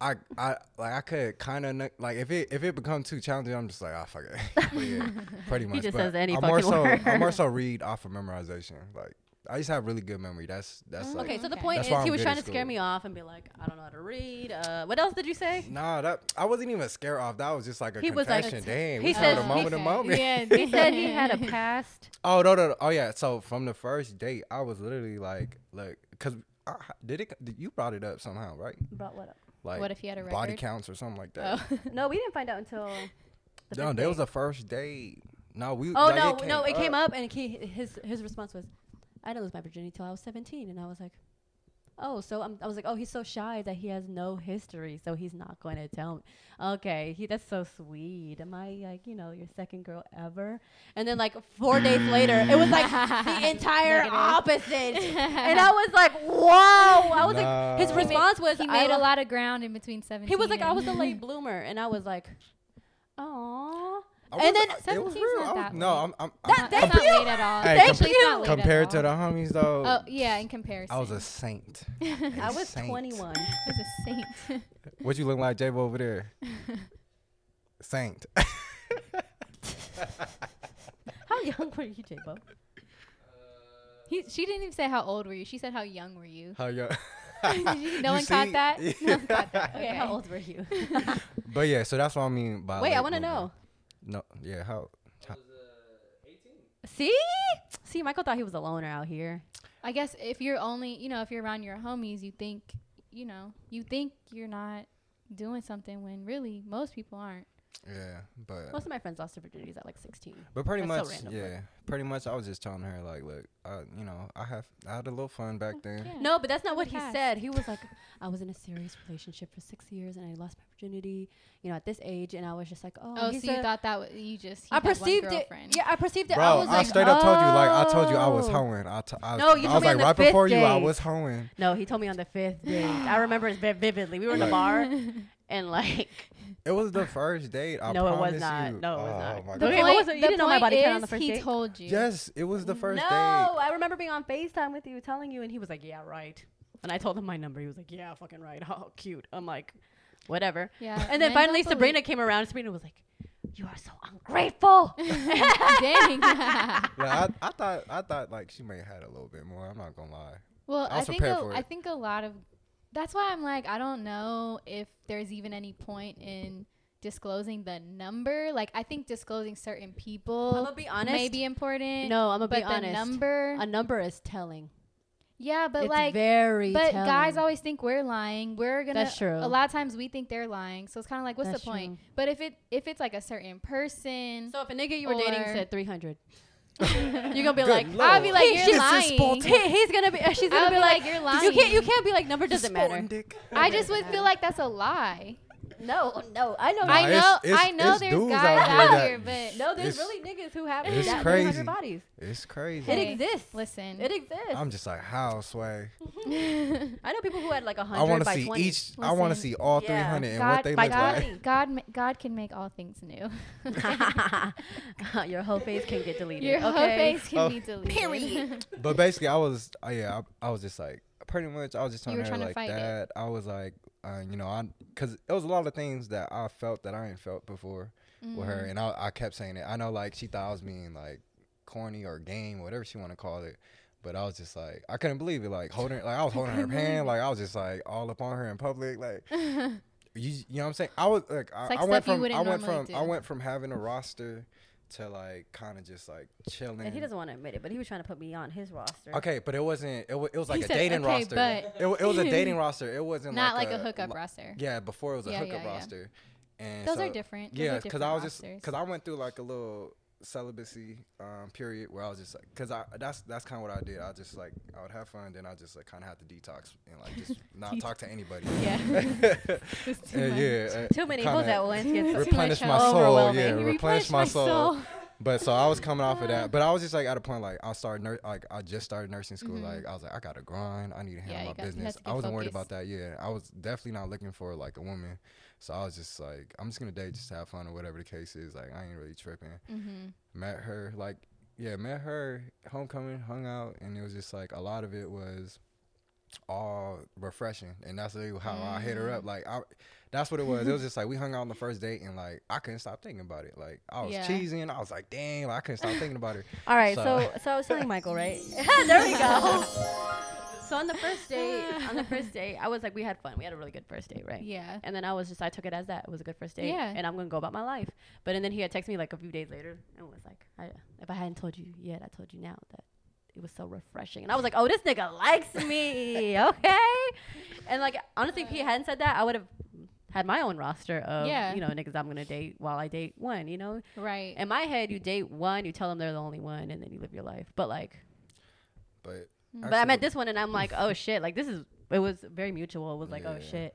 I I like I could kind of like if it if it become too challenging, I'm just like ah fuck it. But yeah, pretty much.
just
but
says any
I'm more
fucking
so
word.
I'm more so read off of memorization. Like I used to have really good memory. That's that's like
Mm, Okay, so the
Okay.
point
That's
is
why
he
I'm
was
good
trying
at
to scare
school.
me off and be like, I don't know how to read. Uh, what else did you say?
Nah, that I wasn't even scared off. That was just like a
He was like-
confession. Damn,
Oh,
he
we said
says-
a
he
moment to
okay.
moment.
Yeah,
He said he had a past.
Oh no, no, no. Oh yeah. So from the first date, I was literally like, look, cause I, did it? did- You brought it up somehow, right?
Brought what up?
Like
What if you had a
body
record?
counts or something like that?
Oh.
No, we didn't find out until. The
no,
fifth
that
date.
was the first date. No, we.
Oh
like,
no, no, it came up, and he, his his response was, "I didn't lose my virginity till I was 17," and I was like, "Oh, so I'm, I was like, oh, he's so shy that he has no history, so he's not going to tell me." Okay, he that's so sweet. Am I like you know your second girl ever? And then like four days later, it was like the entire
Negative.
opposite, and I was like, "Whoa!" I was like, his
Nah. He made-
response was,
he
"I
made a
was-
lot of ground in between 17.
He was like, "I was a
and-
late bloomer," and I was like, "Aw."
I
and
wasn't-
then
it was
17's
real.
not
I was-
that
no,
late.
I'm. I'm,
It's
I'm
not- it's
thank
not
you.
late at all.
Hey,
It's
thank
completely
you.
not late at
compared
all.
to the homies though.
Oh yeah, in comparison.
I was a saint. A
I was
saint.
21.
I was a saint.
What you look like, Jabo over there? saint.
How young were you, J-Bo?
he, she didn't even say how old were you. She said how young were you.
How you?
no one caught that? No one caught that.
Okay,
Okay.
how old were you?
But yeah, so that's what I mean by.
Wait, I
late
want to
bloomer.
know.
No, yeah, how?
See? See, Michael thought he was a loner out here.
I guess if you're only, you know, if you're around your homies, you think, you know, you think you're not doing something when really most people aren't.
Yeah, but
Most of my friends lost their virginities at like 16.
but pretty much,
that's so random, but-
yeah, pretty much. I was just telling her like, look, I, you know, I have I had a little fun
Oh,
back then.
Yeah.
No, but that's not what he
Past.
said. He was like, I was in a serious relationship for six years and I lost my virginity, you know, at this age. And I was just like, oh,
Oh,
he's
so you
a-
thought that was, you just he
I
had one
perceived it.
girlfriend.
Yeah, I perceived it.
Bro,
I
I,
was like,
straight up told you like I told you I was
oh.
hoeing. I, t- I
No,
I
you told
was
me on
like
the
right
fifth
before you I
date.
was hoeing.
No, he told me on the fifth date. I remember it vi- vividly. We were in the
Right.
bar and like,
It was the first date. I
no, it was
promise
not.
you.
No, it was
Oh,
not.
my
The
God.
Okay, what was it? You
the
didn't know my
point
body count on the
is
first
he
date?
told you.
Yes, it was the first
no,
date.
I remember being on FaceTime with you, telling you, and he was like, "Yeah, right." And I told him my number. He was like, "Yeah, fucking right. How cute." I'm like, "Whatever."
Yeah.
And then
men don't
finally,
believe-
Sabrina came around. and Sabrina was like, "You are so ungrateful."
Dang.
Like, I, I thought I thought like she may have had a little bit more. I'm not gonna lie.
Well,
I
I,
was
think
prepared
a,
for
I
it.
think a lot of that's why I'm like I don't know if there's even any point in disclosing the number. Like I think disclosing certain
I'm
people
gonna be honest.
may be important.
no, I'm gonna
but
be
the
honest.
number,
A number is telling.
yeah, but
it's
like.
very.
but
telling.
guys always think we're lying. We're gonna.
That's true.
A lot of times we think they're lying, so it's kind of like, what's
That's
the point? But if it if it's like a certain person,
So if a nigga you were dating
Or-
said 300, you're gonna be
Good
like,
lord.
I'll be like,
He-
you're
she's
lying.
he- he's gonna be. She's gonna
I'll
be,
be
like,
like, you're lying.
You can't. You can't be like, number doesn't matter.
I just would feel like that's a lie.
No, no. I know.
I
Nah,
know.
it's- it's-
I know
it's
there's
dudes
guys
out here
out
that-
here, but
No, there's
It's-
really niggas who have
it's
that
crazy.
300 bodies.
It's crazy.
Hey,
It exists.
listen.
It exists.
I'm just like how sway.
I know people who had like a
I
100
want to
by
see
20.
each. I want to
Listen.
see all
Yeah.
300 and
God,
what they
by
look
God,
like.
God, ma- God can make all things new.
Your whole face can get deleted.
Your whole
okay?
face can
Oh.
be deleted.
Period.
But basically, I was, uh, yeah, I, I was just like, pretty much, I was just
You
telling
were
her
trying to
like
fight it.
that. I was like, uh, you know, I, cause it was a lot of things that I felt that I ain't felt before with
Mm.
her, and I, I kept saying it. I know, like, she thought I was being like corny or game, whatever she want to call it. But I was just like, I couldn't believe it. Like holding, like I was holding her hand, like I was just like all up on her in public, like. You, you know what I'm saying? I was like, I,
like
I went
stuff you
from
wouldn't
I went
normally
from I
do.
went from having a roster to like kind of just like chilling.
And he doesn't want to admit it, but he was trying to put me on his roster.
Okay, but it wasn't. It, wa- it was like
He
a
said,
dating
"Okay,
roster.
but-
It, wa- it was a dating roster. It wasn't
Not
like,
like a hookup
li-
roster.
Yeah, before it was a
Yeah,
hookup
yeah, yeah.
roster. And
Those are
so-
different. Those are
Yeah,
different
I was just
rosters.
because I went through like a little celibacy um, period where I was just like because I that's that's kind of what I did. I just like I would have fun, then I just like kind of have to detox and like just not talk to anybody.
Yeah. It's too
And
much.
yeah, uh,
Too many hoes at once gets
much
replenish my
help.
soul. Yeah,
Overwhelming.
replenish my soul. But so I was coming off of
Mm-hmm.
that, but I was just like at a point like I started nur- like I just started nursing school. Like I was like I gotta grind. I need to
Mm-hmm.
handle
Yeah, you
my
got- you have
business.
to
I
get
wasn't worried
focused.
about that. Yeah, I was definitely not looking for like a woman. So I was just like I'm just gonna date just to have fun or whatever the case is. Like I ain't really tripping.
Mm-hmm.
Met her like yeah met her homecoming hung out and it was just like a lot of it was all refreshing, and that's literally how I hit her up.
Mm.
Like, I, that's what it was. it was just like we hung out on the first date, and like I couldn't stop thinking about it. Like I was
Yeah.
cheesing, I was like, dang, like, I couldn't stop thinking about it.
All right,
So-
so so I was telling Michael, right? there we go.
So on the first date, on the first date, I was like, we had fun. We had a really good first date, right?
Yeah.
And then I was just, I took it as that. It was a good first date.
Yeah.
And I'm going to go about my life. But and then he had texted me like a few days later and was like, I, if I hadn't told you yet, I told you now that it was so refreshing. And I was like, oh, this nigga likes me. Okay. And like, honestly, if he hadn't said that, I would have had my own roster of,
Yeah.
you know, niggas I'm going to date while I date one, you know?
Right.
In my head, you date one, you tell them they're the only one, and then you live your life. But like,
But
but I met this one and I'm like, oh shit, like this is it was very mutual. It was like, oh
Yeah.
shit,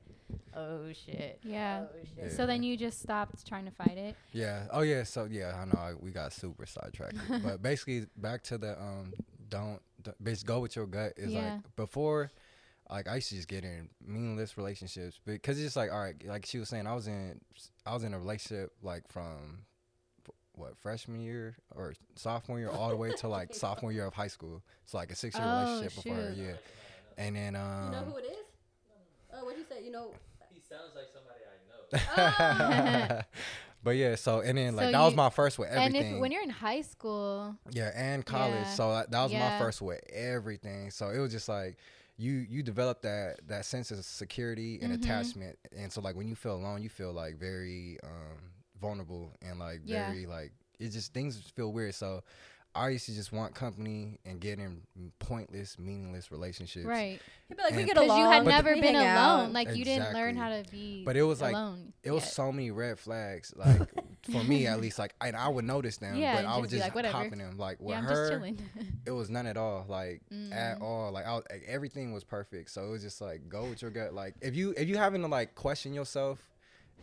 oh shit,
Yeah.
oh shit.
Yeah.
So then you just stopped trying to fight it.
Yeah. Oh yeah. So yeah, I know I, we got super sidetracked, but basically back to the um, don't, d bitch go with your gut is
Yeah.
like before, like I used to just get in meaningless relationships because it's just like all right, like she was saying, I was in, I was in a relationship like from f- what freshman year or sophomore year all the way to like sophomore year of high school. So like a six year
Oh,
relationship before her,
shoot.
yeah. And then um,
it is?
Uh,
Oh, what'd you say? You know,
He sounds like somebody I know.
but yeah, so and then
oh.
like
So
that was
you-
my first with everything.
And if when you're in high school,
Yeah, and college.
Yeah.
So that, that was
Yeah.
my first with everything. So it was just like you you develop that that sense of security and
Mm-hmm.
attachment, and so like when you feel alone, you feel like very um, vulnerable and like
Yeah.
very like it just things just feel weird. So I used to just want company and get in pointless, meaningless relationships.
right?
he'd be like, we
And-
get
Because
along.
you had
But-
never
We
been
hang
alone.
out.
Like you didn't learn how
Exactly.
to be.
But it was like-
alone.
It was
yet.
so many red flags, like for me at least. Like, and I would notice them,
Yeah,
but
and
I
just
was
be
just
like, whatever.
copping them. Like with
yeah, I'm
her,
just chilling.
it was none at all like
Mm.
at all like, I was, like everything was perfect so it was just like go with your gut like if you if you having to like question yourself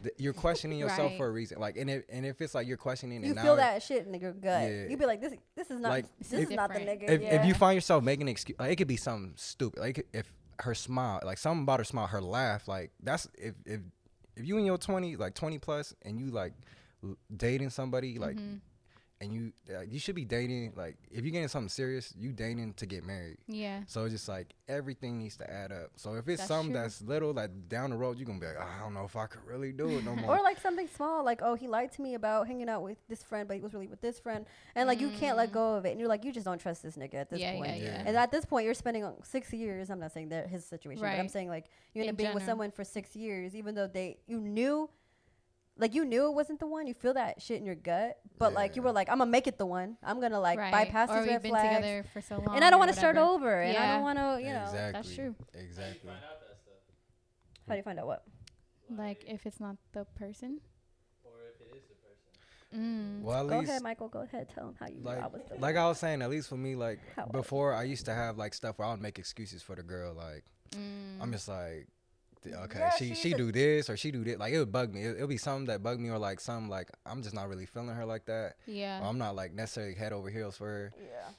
th- you're questioning yourself
Right.
for a reason like and if, and if it's like you're questioning
You
and
feel
now
that shit in your gut.
Yeah.
you be like, this, this is not,
Like,
this
if-
is not the
different.
nigga.
if,
yeah.
if you find yourself making excuse like it could be something stupid like if her smile like something about her smile her laugh like that's if if if you in your 20 like 20 plus and you like l- dating somebody
Mm-hmm.
like
Mm-hmm.
and you like, you should be dating like if you're getting something serious you dating to get married
yeah.
So it's just like everything needs to add up. So if it's
That's
something
true.
that's little, like down the road, you're gonna be like, I don't know if I could really do it no more.
Mm.
or like something small, like oh, he lied to me about hanging out with this friend, but he was really with this friend, and like you can't let go of it, and you're like, you just don't trust this nigga at this
Mm. Yeah,
point.
yeah, yeah.
And at this point, you're spending uh, six years. I'm not saying that his situation, but I'm
Right.
saying like you end
In
up being with
general.
someone for six years, even though they you knew. Like you knew it wasn't the one. You feel that shit in your gut, but like you
Yeah.
were like, "I'm gonna make it the one. I'm gonna like
right.
bypass
or
these
we've
red
been
flags,
together for so long,
and I don't
want
want to start over, and I
Yeah.
don't want to, you know."
exactly.
true.
Exactly.
Find out that stuff.
How do you find out what?
Like if it's not the person.
Or if it is the person.
Mm.
Well, at
Go
least
ahead, Michael. Go ahead. Tell him how you
like
knew I was the
like I was saying, at least for me, like
How old?
before, I used to have like stuff where I would make excuses for the girl. Like
mm,
I'm just like, th- okay,
Mm. Yeah,
she
she's
she
a-
do this or she do this. Like it would bug me. It, it'll be something that bug me or like some like I'm just not really feeling her like that.
Yeah.
Or I'm not like necessarily head over heels for her.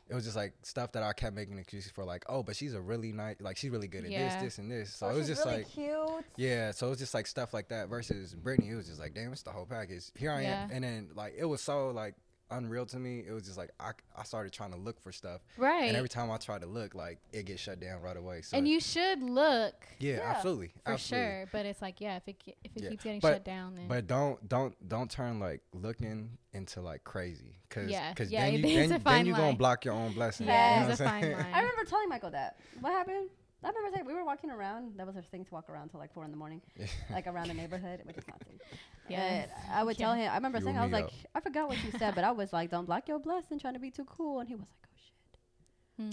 it was just like stuff that I kept making excuses for, like, oh, but she's a really nice, like she's really good at
Yeah.
this, this, and this. So
Oh,
it was
she's
just
really
like,
cute.
yeah. So it was just like stuff like that. Versus Brittany, it was just like, damn, it's the whole package. Here I
Yeah.
am, and then like it was so like unreal to me. It was just like I, I started trying to look for stuff,
right.
and every time I tried to look, like it gets shut down right away. So
and you should look
yeah,
Yeah,
absolutely,
for
absolutely.
sure. But it's like yeah, if it ge- if it
Yeah.
keeps getting
But-
shut down, then
But don't don't don't turn like looking into like crazy, cause
Yeah,
'cause
yeah,
then
it
you
is a
then,
fine
then you gonna
line.
block your own blessing.
yeah,
you know
it's a
what I'm
fine
saying?
line.
I remember telling Michael that. What happened? I remember saying we were walking around. That was our thing to walk around till like four in the morning, like around the neighborhood, which is not safe.
Yes.
But I would tell him. I remember
You
saying
and
I was
me
like, I forgot what you said, but I was like, don't block your blessing, trying to be too cool, and he was like, oh shit,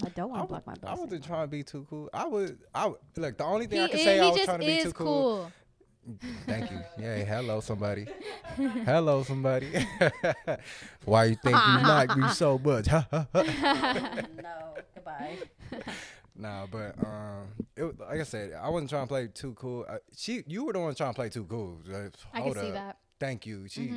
Hmm.
I don't want
I
to block my
would- I
blessing.
wasn't trying to be too cool. I would, I would, look. The only thing
he,
I could
is-
say
he
I was
just
trying to be
is
too cool.
cool.
Thank you. Yeah. Hello, somebody. hello, somebody. Why you think you like me so much?
no, goodbye.
nah, but um, it was- like I said, I wasn't trying to play too cool. Uh, she, you were the one trying to play too cool. Like,
I can
hold
see Mm-hmm.
up.
that.
Thank you. She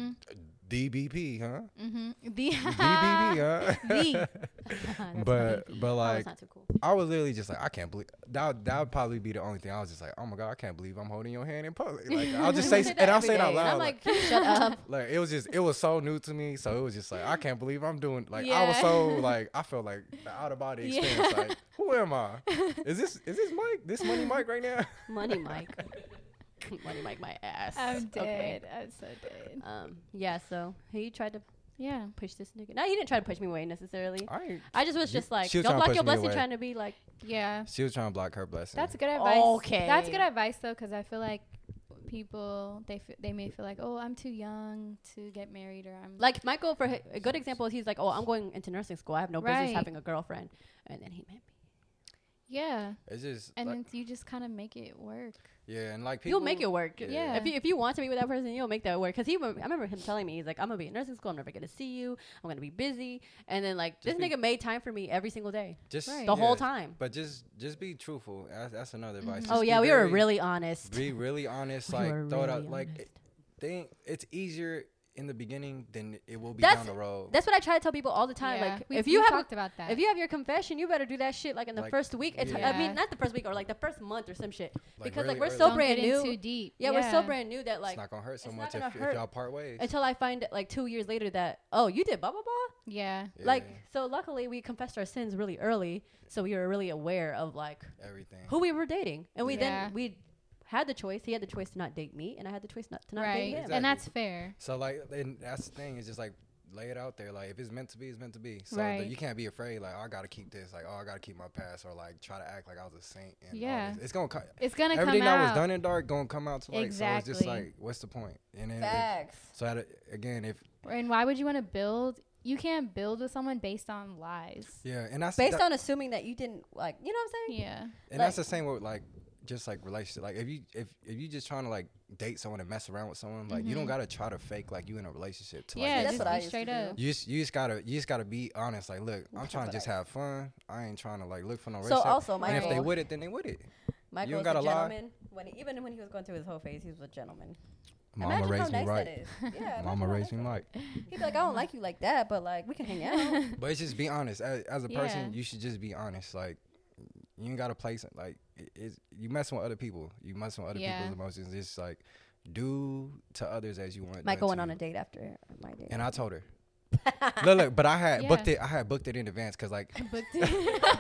DBP, huh?
Mm-hmm. The
DBP, huh?
The.
That's
but
funny.
but
That
like
was not too cool.
I was literally just like, I can't believe that. That would probably be the only thing. I was just like, oh my god, I can't believe I'm holding your hand in public. Like I'll just say,
say that
and I'll
every
say it out
day, and
loud.
I'm
like,
like, shut up.
like, it was just, it was so new to me. So it was just like, I can't believe I'm doing. Like I was
Yeah.
so like, I felt like the out of body
Yeah.
experience. Like who am I? Is this is this Mike? This money Mike right now?
Money Mike. Money Mike, my ass.
I'm
Okay.
dead. I'm so dead.
Um, yeah, so he tried to
Yeah.
push this nigga. No, he didn't try to push me away necessarily.
I ain't-
I just was
You-
just like,
she was
don't block
trying to
your
push me
blessing,
away.
trying to be like,
Yeah.
She was trying to block her blessing.
That's good advice. That's
Okay.
good advice though, because I feel like people they f- they may feel like, oh, I'm too young to get married, or I'm
like Michael for hi- a good example is he's like, oh, I'm going into nursing school. I have no business
Right.
having a girlfriend, and then he met me.
yeah,
It's just
and
like,
it's- you just kind of make it work.
yeah, and like people.
you'll make it work.
Yeah.
If you if you want to be with that person, you'll make that work. Cause he, wa- I remember him telling me, he's like, I'm gonna be in nursing school. I'm never gonna see you. I'm gonna be busy. And then like
Just
this
be-
nigga made time for me every single day,
Just
Right.
the whole
yeah,
time.
But just just be truthful. That's, that's another advice.
Oh
Just
yeah,
be
we were
very-
really honest.
Be really honest.
We
like
were
throw it
really
out. Like
honest.
it, think it's easier in the beginning than it will be
That's-
down the road.
That's what I try to tell people all the time.
Yeah.
Like
We-
if
we
you have a
talked about that,
If you have your confession, you better do that shit like in the
Like,
first week. It's, I
yeah.
mean, not the first week or like the first month or some shit.
Like,
because like
really
we're
early.
so
Don't
brand
get in
new.
too deep.
Yeah, we're so brand new that
it's
like
not gonna hurt so
it's
much
not
if,
gonna
if
hurt.
y'all part ways.
until I find like two years later that oh you did blah blah blah.
Yeah,
Yeah,
Like so, luckily we confessed our sins really early, so we were really aware of like
everything.
who we were dating, and we
Yeah.
then we had the choice. He had the choice to not date me, and I had the choice not to not
right,
date him.
Exactly.
and that's fair.
So like, and that's the thing. It's just like lay it out there. Like if it's meant to be, it's meant to be. So
Right.
that you can't be afraid. Like oh, I gotta keep this. Like oh, I gotta keep my past, or like try to act like I was a saint. And all
Yeah.
this. it's gonna cut.
It's gonna
everything
come
that
out.
was done in dark gonna come out to light. So it's just
Exactly.
like, what's the point? And then if-
Facts.
so that, again, if
And why would you want to build? You can't build with someone based on lies.
yeah, and that's
Based
that-
on assuming that you didn't like, you know what I'm saying?
Yeah,
and that's the same with like just like relationship. Like if you if if you just trying to like date someone and mess around with someone, like you don't gotta try to fake like you in a relationship. To,
yeah,
like, get
Mm-hmm. that's
just be
what I
something.
used to
straight
do.
up.
You just, you just gotta you just gotta be honest. Like, look, I'm trying to
what
just have fun. I ain't trying to like look for no.
So
relationship.
also,
and if they
Michael-
with it, then they with it.
Michael
You
was a
gotta lie.
gentleman. When he, even when he was going through his whole phase, he was a gentleman.
Mama
Imagine how
raised me
nice
right.
that is. Yeah, imagine
Mama
how
raised
nice
me
that
right.
is. He'd be like, I don't like you like that, but like we can hang out.
But it's just be honest. As, as a person,
Yeah.
you should just be honest. Like you ain't gotta play some, like it, it's, you messing with other people. You messing with other
Yeah.
people's emotions. It's like do to others as you want. done
Michael
to
went on
you.
a date after my date.
And I told her. look, look, but I had
Yeah.
booked it. I had booked it in advance because like
But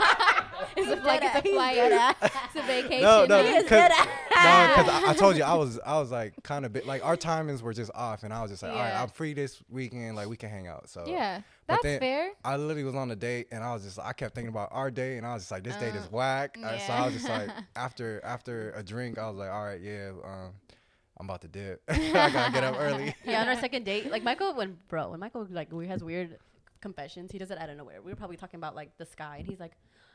it's a, like it's a flight. It's a vacation.
no, no,
like-
because I, I told you I was I was like kind of bit like our timings were just off, and I was just like, all right,
Yeah.
I'm free this weekend. Like we can hang out. So
yeah,
But
that's
then-
fair.
I literally was on a date and I was just I kept thinking about our date and I was just like this date is whack. Uh, so I was just like after after a drink I was like all right yeah um I'm about to dip. I gotta get up early.
yeah, on our second date, like Michael, when bro, when Michael like we has weird confessions, he does it out of nowhere. We were probably talking about like the sky, and he's like,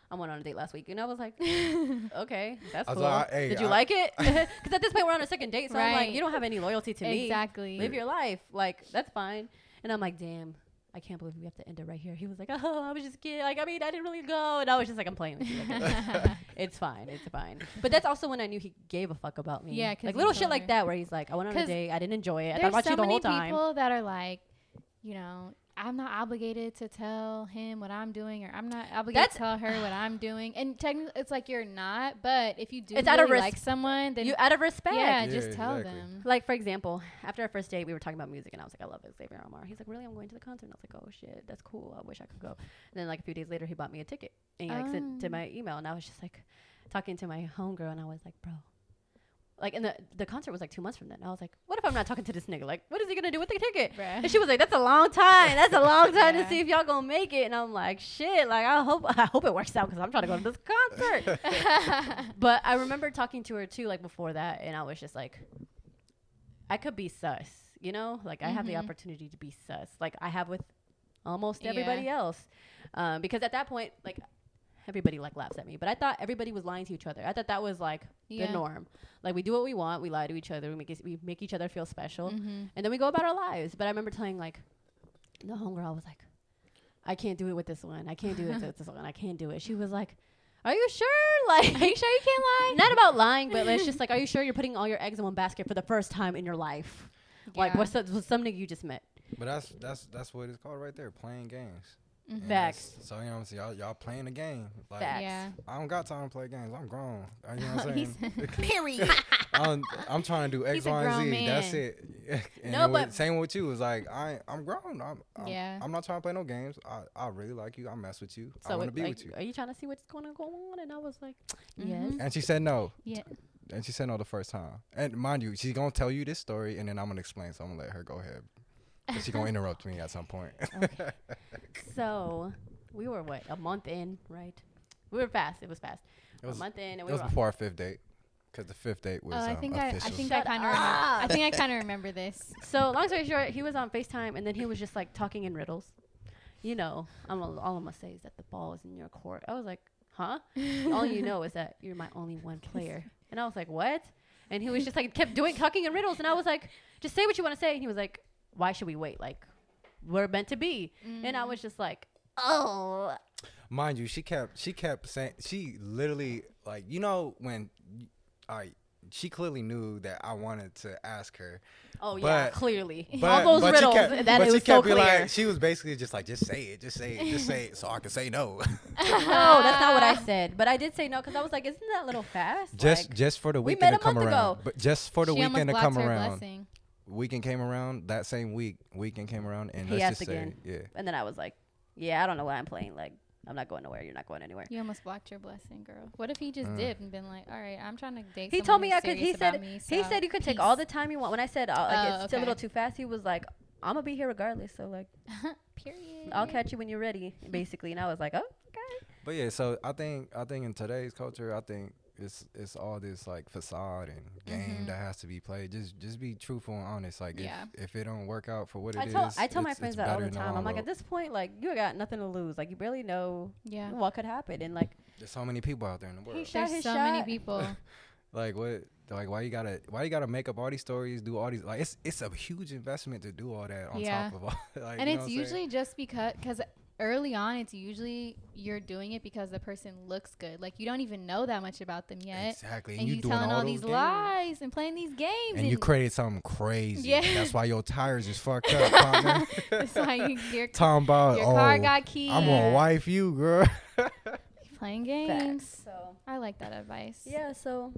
"I went on a date last week," and I was like, "Okay, that's
I was
cool.
like, I- hey,
Did you
I-
like it?" Because at this point, we're on a second date, so I'm like,
Right.
"You don't have any loyalty to me.
Exactly.
Live your life. Like that's fine." And I'm like, "Damn." I can't believe we have to end it right here. He was like, "Oh, I was just kidding. Like, I mean, I didn't really go." And I was just like, "I'm playing with you. Like, it's fine. It's fine." But that's also when I knew he gave a fuck about me.
Yeah, 'cause
like
you
little
told
shit like
her.
that, where he's like, "I went on a
'Cause
date. I didn't enjoy it. I thought
There's
about
so
you the
many
whole time."
people that are like, you know, I'm not obligated to tell him what I'm doing, or I'm not obligated
That's-
to tell her what I'm doing. And technically, it's like you're not. But if you do
It's
really
out of
like
res-
someone, then
you out of respect.
yeah,
Yeah,
just tell
exactly.
them.
Like for example, after our first date, we were talking about music, and I was like, "I love Xavier Omar." He's like, "Really? I'm going to the concert." And I was like, "Oh shit, that's cool. I wish I could go." And then like a few days later, he bought me a ticket, and he like sent to
Oh.
my email, and I was just like talking to my homegirl, and I was like, "Bro." Like and the, the concert was like two months from then. I was like, what if I'm not talking to this nigga? Like, what is he gonna do with the ticket?
Bruh.
And she was like, that's a long time. That's a long time
Yeah.
to see if y'all gonna make it. And I'm like, shit. Like, I hope I hope it works out because I'm trying to go to this concert. But I remember talking to her too, like before that, and I was just like, I could be sus, you know? Like I have the
Mhm.
opportunity to be sus, like I have with almost
Yeah.
everybody else, um, because at that point, like everybody like laughs at me, but I thought everybody was lying to each other. I thought that was like
Yeah.
the norm. Like we do what we want, we lie to each other, we make it, we make each other feel special,
Mhm.
and then we go about our lives. But I remember telling like the homegirl, I was like, I can't do it with this one. I can't do it with this one. I can't do it. She was like, Are you sure? Like,
Are you sure you can't lie?
not about lying, but it's just like, Are you sure you're putting all your eggs in one basket for the first time in your life? Like,
Yeah.
what's the, what's some nigga you just met?
But that's that's that's what it's called right there, playing games. And
Mhm.
Facts.
that's- So you know what I'm saying? Y'all, y'all playing a game. Like
Facts.
Yeah.
I don't got time to play games. I'm grown. Uh, You know what I'm
He's-
saying?
Period.
I'm, I'm trying to do X,
He's a
Y, and Z.
grown
That's
man.
it. And
No,
it was-
but-
same with you. It's like I I'm grown. I'm I'm,
Yeah.
I'm not trying to play no games. I, I really like you. I mess with you. I
So
want to
it-
be
like,
with you.
are you trying to see what's going to go on? And I was like, yes.
Mhm.
And she said no.
Yeah.
And she said no the first time. And mind you, she's gonna tell you this story, and then I'm gonna explain. So I'm gonna let her go ahead. But she gonna interrupt me at some point.
So we were what a month in, right? We were fast. It was fast.
It was,
a month in, and
it
we
was
were.
before our fifth date, because the fifth date was
Oh, I
um,
think I, I
official.
think I kind of remember. I think I kind of remember this.
So long story short, he was on Facetime, and then he was just like talking in riddles. You know, I'm all, all I'm gonna say is that the ball is in your court. I was like, huh? all you know is that you're my only one player. And I was like, what? And he was just like kept doing talking in riddles, and I was like, just say what you want to say. And he was like, why should we wait? Like, we're meant to be. And I was just like, Mm. oh,
mind you, she kept she kept saying she literally like you know when I she clearly knew that I wanted to ask her,
oh yeah,
But-
clearly.
but,
all those
but
riddles.
She kept,
that
but
it
she
was so
kept be
clear.
like she was basically just like just say it, just say it, just say it, so I can say no.
No, that's not what I said. But I did say no because I was like, isn't that a little fast?
just
Like,
just for the
we
weekend
met
to
a month
come around,
ago.
but just for the
she almost
weekend to
blocked
come
her
around.
blessing.
weekend came around that same week weekend came around and
He
let's
asked
just say
again.
yeah
and then I was like, yeah, I don't know why I'm playing. Like, I'm not going nowhere. You're not going anywhere.
You almost blocked your blessing, girl. What if he just
Mm.
dipped and been like, "All right, I'm trying to date."
He
someone
told me
who's
I could. He
serious about
said
me,
he
so
said you could take all the
peace."
time you want. When I said uh, like
Oh,
it's still a little
okay.
too fast, he was like, I'm gonna be here regardless. So like,
Period.
I'll catch you when you're ready, basically. And I was like, oh, okay.
but yeah so i think i think in today's culture i think it's it's all this like facade and game that has to be played just just be truthful and honest like
Mm-hmm. Yeah.
if, if it don't work out for what it
I
is,
tell I tell my
it's-
friends
it's
that all
better
the
in
time. I'm
long
like,
road.
at this point, like you got nothing to lose. Like you barely know
Yeah.
what could happen. And like
there's so many people out there in the world
shot
There's
his
so many
shot.
people.
like what like why you gotta why you gotta make up all these stories do all these like it's it's a huge investment to do all that on
Yeah.
top of all like,
and
you know
it's
what I'm saying?
usually just because because early on it's usually you're doing it because the person looks good like you don't even know that much about them yet
exactly
and, you,
doing
telling all,
those
these
games.
lies and playing these games
and you created something crazy.
Yeah.
That's why your tires is fucked up, partner.
that's why you, your,
Talking about,
your
oh,
car got keyed
I'm gonna wife you, girl.
playing
facts.
games
So
i like that advice
yeah, so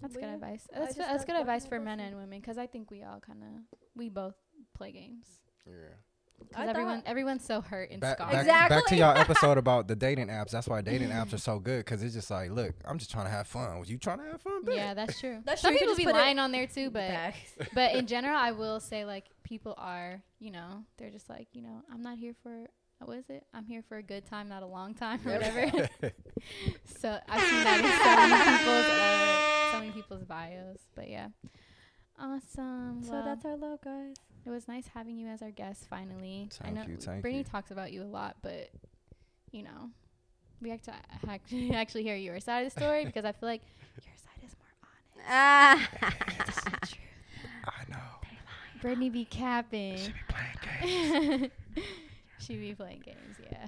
that's
Well,
good
yeah,
advice
I
that's,
just
good- that's
like
good
what
advice
you
for
were
men
saying.
and women because i think we all kind of we both play games
Yeah.
because
I
everyone
thought-
everyone's so hurt and
Back,
scarred
back, back to
Exactly.
y'all episode about the dating apps. That's why dating apps are so good because it's just like, look, I'm just trying to have fun. Was you trying to have fun? Bet.
yeah that's true
That's
some
true, you
people
just
be
put it-
lying on there too but
facts.
but in general, I will say like people are, you know, they're just like, you know, I'm not here for what is it? I'm here for a good time, not a long time or whatever. so I've seen that in so many people's uh, so many people's bios. But yeah. Awesome.
So
well,
that's our love, guys.
it was nice having you as our guest finally. I
Thank
know
you, thank
Brittany
you.
talks about you a lot, but you know, we have to actually actually hear your side of the story because I feel like your side is more honest.
I know.
Brittany be capping.
She be playing games.
she be playing games, yeah.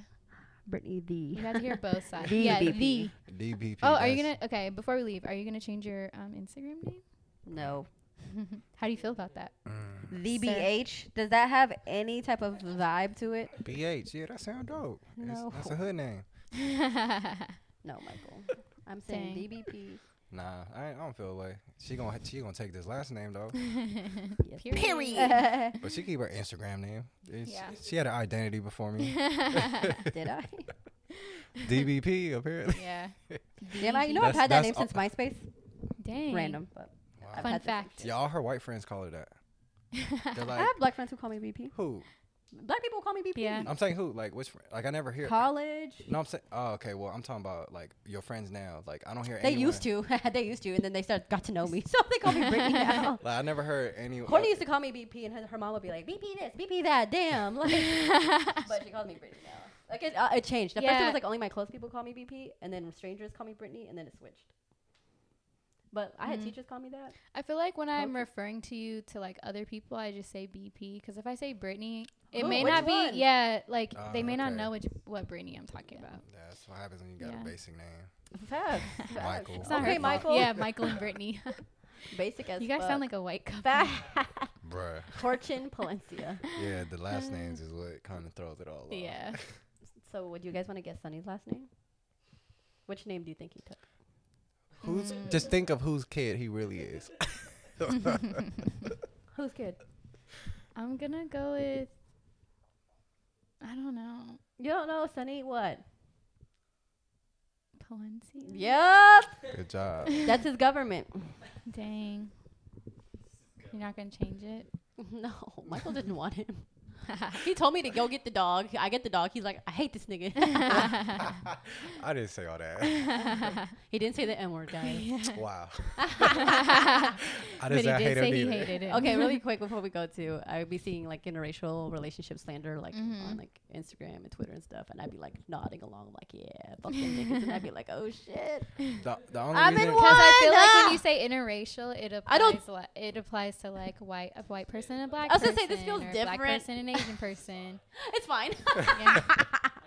Brittany
You
D.
got to hear both sides.
The
yeah,
BP.
the.
DBP.
Oh, are you
that's-
gonna? Okay, before we leave, are you gonna change your um, Instagram name?
No.
How do you feel about that?
Mm.
VBH.
Does that have any type of vibe to it?
BH. Yeah, that sound dope. It's-
No.
That's a hood name.
No, Michael. I'm
Dang.
saying DBP.
Nah, I, I don't feel away. She gonna she gonna take this last name though,
Yes.
Period.
but she keep her Instagram name. It's-
Yeah.
She had an identity before me.
Did I?
DBP apparently.
yeah.
Damn, I, you know
That's-
I've had that
that's
name
all-
since MySpace.
Dang.
Random, but I've
Fun
had this-
fact.
Yeah, all her white friends call her that. They're
I
like,
have black friends who call me BP.
who?
Black people call me BP.
Yeah.
I'm saying who? Like which? Friend? Like I never hear.
College.
No, I'm saying. Oh, okay. Well, I'm talking about like your friends now. Like I don't hear.
They
anyone-
used to. they used to, and then they start got to know me, so they call me Brittany now.
Like I never heard any.
Courtney used to call me BP, and her, her mom would be like, BP this, BP that, damn. Like, but she calls me Brittany now. Like it, uh, it changed. At first, it
Yeah.
was like only my close people call me BP, and then strangers call me Brittany, and then it switched. But I had
Mhm.
teachers call me that.
I feel like when I'm
Okay.
referring to you to like other people, I just say BP because if I say Brittany, it
Oh,
may
which
not be.
one?
Yeah, like
Ah,
they may not
okay.
know which what Brittany I'm talking about.
That's what happens when you got
Yeah.
a basic name.
Facts. facts.
Michael. It's
It's not
okay,
her fault.
Michael.
Yeah, Michael and Brittany.
Basic as
you guys
fuck.
sound like a white couple.
Facts.
Bruh.
Fortune Palencia.
Yeah, the last names is what kind of throws it all off.
Mm. Yeah.
So, would you guys want to guess Sonny's last name? Which name do you think he took?
Who's
Mhm.
just think of whose kid he really is.
Who's kid?
I'm gonna go with. I don't know.
You don't know Sonny? What?
Palencia.
Yep.
Good job.
That's his government.
Dang. You're not gonna change it.
No, Michael didn't want him. he told me to go get the dog. I get the dog. He's like, I hate this nigga.
I didn't say all that.
he didn't say the N word, guys.
Wow. I
but he did
didn't say I hate him
say he
either.
hated it.
okay, really quick before we go to, I would be seeing like interracial relationship slander like on like Instagram and Twitter and stuff, and I'd be like nodding along, like yeah, fuck them niggas, and I'd be like, oh shit.
The, the only
I'm in
reason,
Because I feel like
Wanda!
when you say interracial, it applies.
I don't-
li- it applies to like white a white person and a black.
I was
person,
gonna say, this feels
or a Black
different.
person and Asian person.
It's fine.
Yeah.
I hate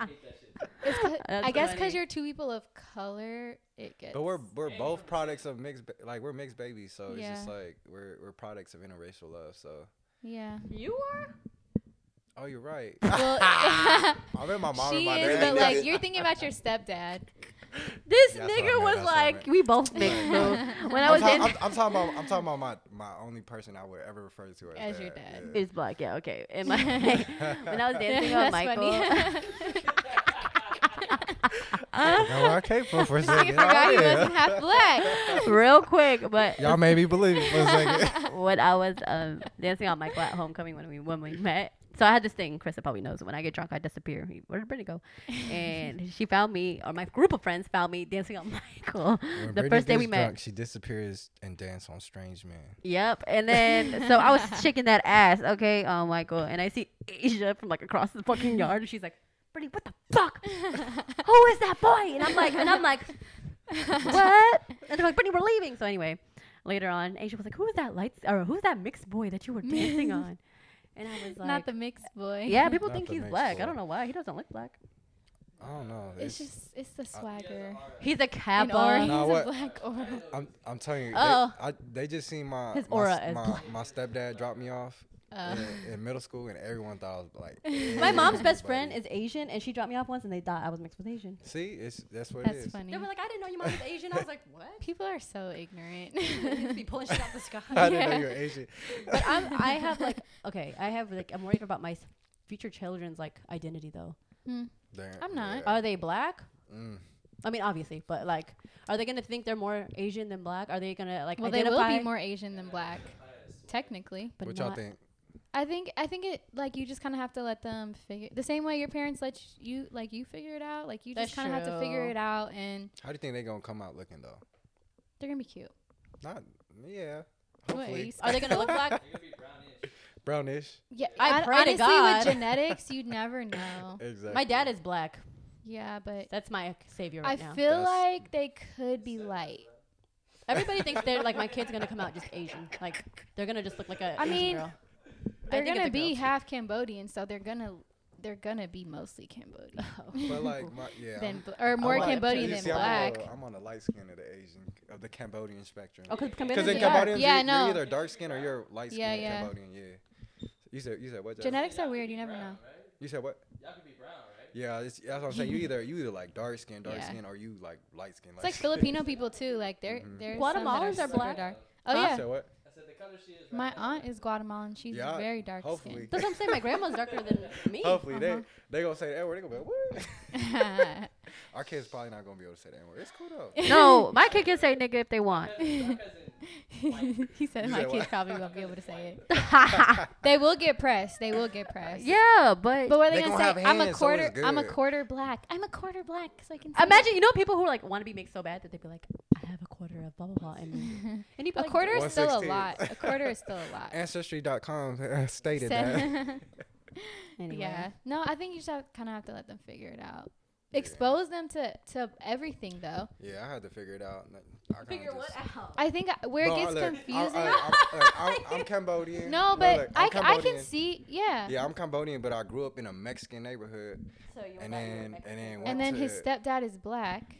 that shit.
It's 'cause-
That's
I guess because
funny.
you're two people of color, it gets.
but we're we're both products of mixed, ba- like we're mixed babies, so it's just
Yeah.
like we're we're products of interracial love. So,
yeah.
you are.
oh, you're right.
Well,
I met my mom and
she
my
is,
dad.
but
Really
like
good.
you're thinking about your stepdad.
This
That's what I
nigga
meant,
was
that's what I
like,
meant.
we both mixed, bro. When I
I'm,
was
ta-
in,
I'm, I'm talking about I'm talking about my, my only person I would ever refer to as,
As your dad.
it's black. Yeah, okay. And my, when I was dancing with
That's
Michael,
funny.
Yeah. Know where I came from for a
Just
second.
you forgot he
Oh, yeah.
wasn't half black.
real quick, but
Y'all made me believe it for a second.
when I was um, dancing on Michael at homecoming when we when we met. So I had this thing, Krista probably knows. When I get drunk, I disappear. He- Where did Brittany go? And she found me, or my group of friends found me dancing on Michael the
When Britney
first day
gets
we met.
drunk, she disappears and dance on Strange Man.
Yep. And then so I was shaking that ass, okay, on Michael, and I see Asia from like across the fucking yard, and she's like, "Brittany, what the fuck? Who is that boy?" And I'm like, and I'm like, what? And they're like, Brittany, we're leaving. So anyway, later on, Asia was like, who's that lights or who's that mixed boy that you were dancing on? And I was like,
Not the mixed boy.
yeah, people
Not
think
the
he's
mixed
black. I
boy.
don't know why. He doesn't look black.
I don't know.
It's just it's the
Uh,
swagger.
He's a
An
kappa.
aura.
Nah,
He's a
what-
black aura.
I'm I'm telling you.
Oh.
They, I, they just seen my
His
my
aura
s-
is
my,
black.
my stepdad drop me off
Uh,
in, in middle school, and everyone thought I was black.
My mom's best friend is Asian, and she dropped me off once, and they thought I was mixed with Asian.
See, it's that's what it
that's
is.
funny.
They were like, I didn't know your mom was Asian. I was like, what?
People are so ignorant.
be pulling shit out the sky.
I didn't know you were Asian.
But I'm, I have like, okay, I have like, I'm worried about my s- future children's like identity though.
Damn,
I'm not.
yeah.
Are they black?
Mm.
I mean, obviously, but like, are they gonna think they're more Asian than black? Are they gonna like
well, they
identify?
will be more Asian than black, technically.
but
what y'all
not-
think?
I think I think it like you just kind of have to let them figure the same way your parents let sh- you like you figure it out. Like you
That's
just kind of have to figure
true.
it out, and
How do you think they gonna come out looking though?
they're gonna be cute.
Not yeah.
What, are, you
Hopefully
Are they gonna look black?
You're gonna be brownish.
brownish.
Yeah,
I
hon-
pray to
honestly,
God.
with genetics, you never know.
Exactly.
My dad is black.
Yeah, but
That's my savior right
I
now.
feel
That's-
like they could be light.
Everybody thinks they're like my kid's gonna come out just Asian. Like they're gonna just look like a
I
Asian
mean,
girl.
They're
think it's
gonna
a girl,
be
too.
half Cambodian, so they're gonna they're gonna be mostly Cambodian
Oh.
But like my yeah.
than
I'm-
bl- or more
I'm on-
Cambodian
you
than
see,
black.
I'm on, the, I'm on the light skin of the Asian of the Cambodian spectrum.
Oh, because
Because in
Yeah.
Cambodian,
Yeah,
you're,
no.
you're either dark skinned or you're light skinned
Yeah, yeah.
Cambodian. Yeah. You said you said what? Jazz?
Genetics are weird. You never know.
Brown, right?
You said what?
Y'all could be brown, right?
Yeah, it's, that's what I'm saying. You either you either like dark skin, dark
Yeah.
skin, or you like light skin.
It's like Filipino people too. Like they're
Mm-hmm.
they're
Guatemalans are black?
Dark. Oh
You
yeah,
said what?
I said the color she is. Right
my
now.
aunt is Guatemalan. She's
Yeah,
very dark
Hopefully,
That's what I'm saying. My grandma's darker than me.
hopefully
Uh-huh.
they they gonna say that word. They gonna be like, what?
skinned.
Our kids probably not gonna be able to say that word. It's cool though.
No, my kid can say nigga if they want.
My cousin,
he said
You
my
said
kids
what?
probably won't be able to say it. They will get pressed. They will get pressed.
yeah, but,
But what are they,
They
gonna,
gonna
say?
have
I'm a
hands, so it's
quarter. I'm a
good.
quarter black. I'm a quarter black, so I can. say
imagine you know people who are like want to be mixed so bad that they'd be like, I have a quarter of blah blah blah, and then and you'd be
it. a
like,
quarter is still a
1/16.
lot. A quarter is still a lot.
Ancestry.com stated that.
So-
Anyway.
yeah. No, I think you just kind of have to let them figure it out. Expose them to to everything though.
Yeah, I had to figure it out. and I kinda
Figure what
just-
out?
I think I- where it
No,
gets
look, I-
confusing.
I, am look, I'm, I'm Cambodian.
no, but
look,
I,
I'm
c- I can
Cambodian.
see. Yeah.
Yeah, I'm Cambodian, but I grew up in a Mexican neighborhood,
So you
and then and then went
and then
to,
his stepdad is black.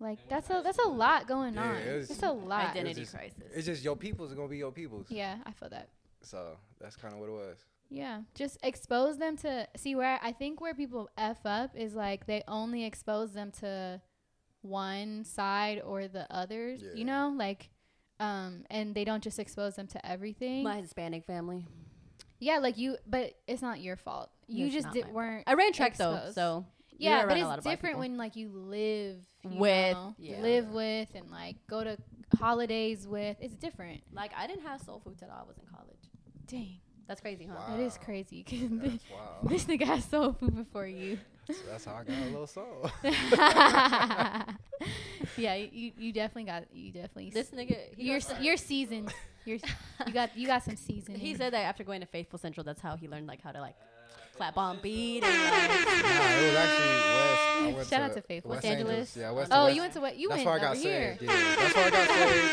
Like that's a that's a lot going
Yeah,
on.
it was-
It's a lot.
Identity
identity
just-
crisis.
It's just your peoples are gonna be your peoples.
Yeah, I feel that.
So that's kind of what it was.
Yeah, just expose them to see where I think where people f up is like they only expose them to one side or the others,
Yeah.
you know, like um and they don't just expose them to everything.
My Hispanic family.
yeah, like you but it's not your fault. You
It's
just
not
did,
my
weren't
I ran track though,
Exposed.
so you're
Yeah,
around
but
a lot of
it's
black
different
people.
when like you live you
With-
know,
yeah.
live with and like go to holidays with. It's different.
like I didn't have soul food till I was in college.
Dang.
That's crazy, huh?
That is
Wow.
crazy 'cause
That's wild.
this nigga has soul food before you.
so that's how I got a little soul.
yeah, you- you you definitely got you definitely
This nigga, he
you're
got-
se- you're seasoned. You're s- you got you got some seasoning.
he said that after going to Faithful Central, that's how he learned like how to like clap on beat.
Nah, it was actually West. I went
Shout out to Faith, Los Angeles.
Yeah, West to
oh,
West.
you went to what? You
that's
went
where I
over
got
here.
saved. Yeah, that's where I got saved.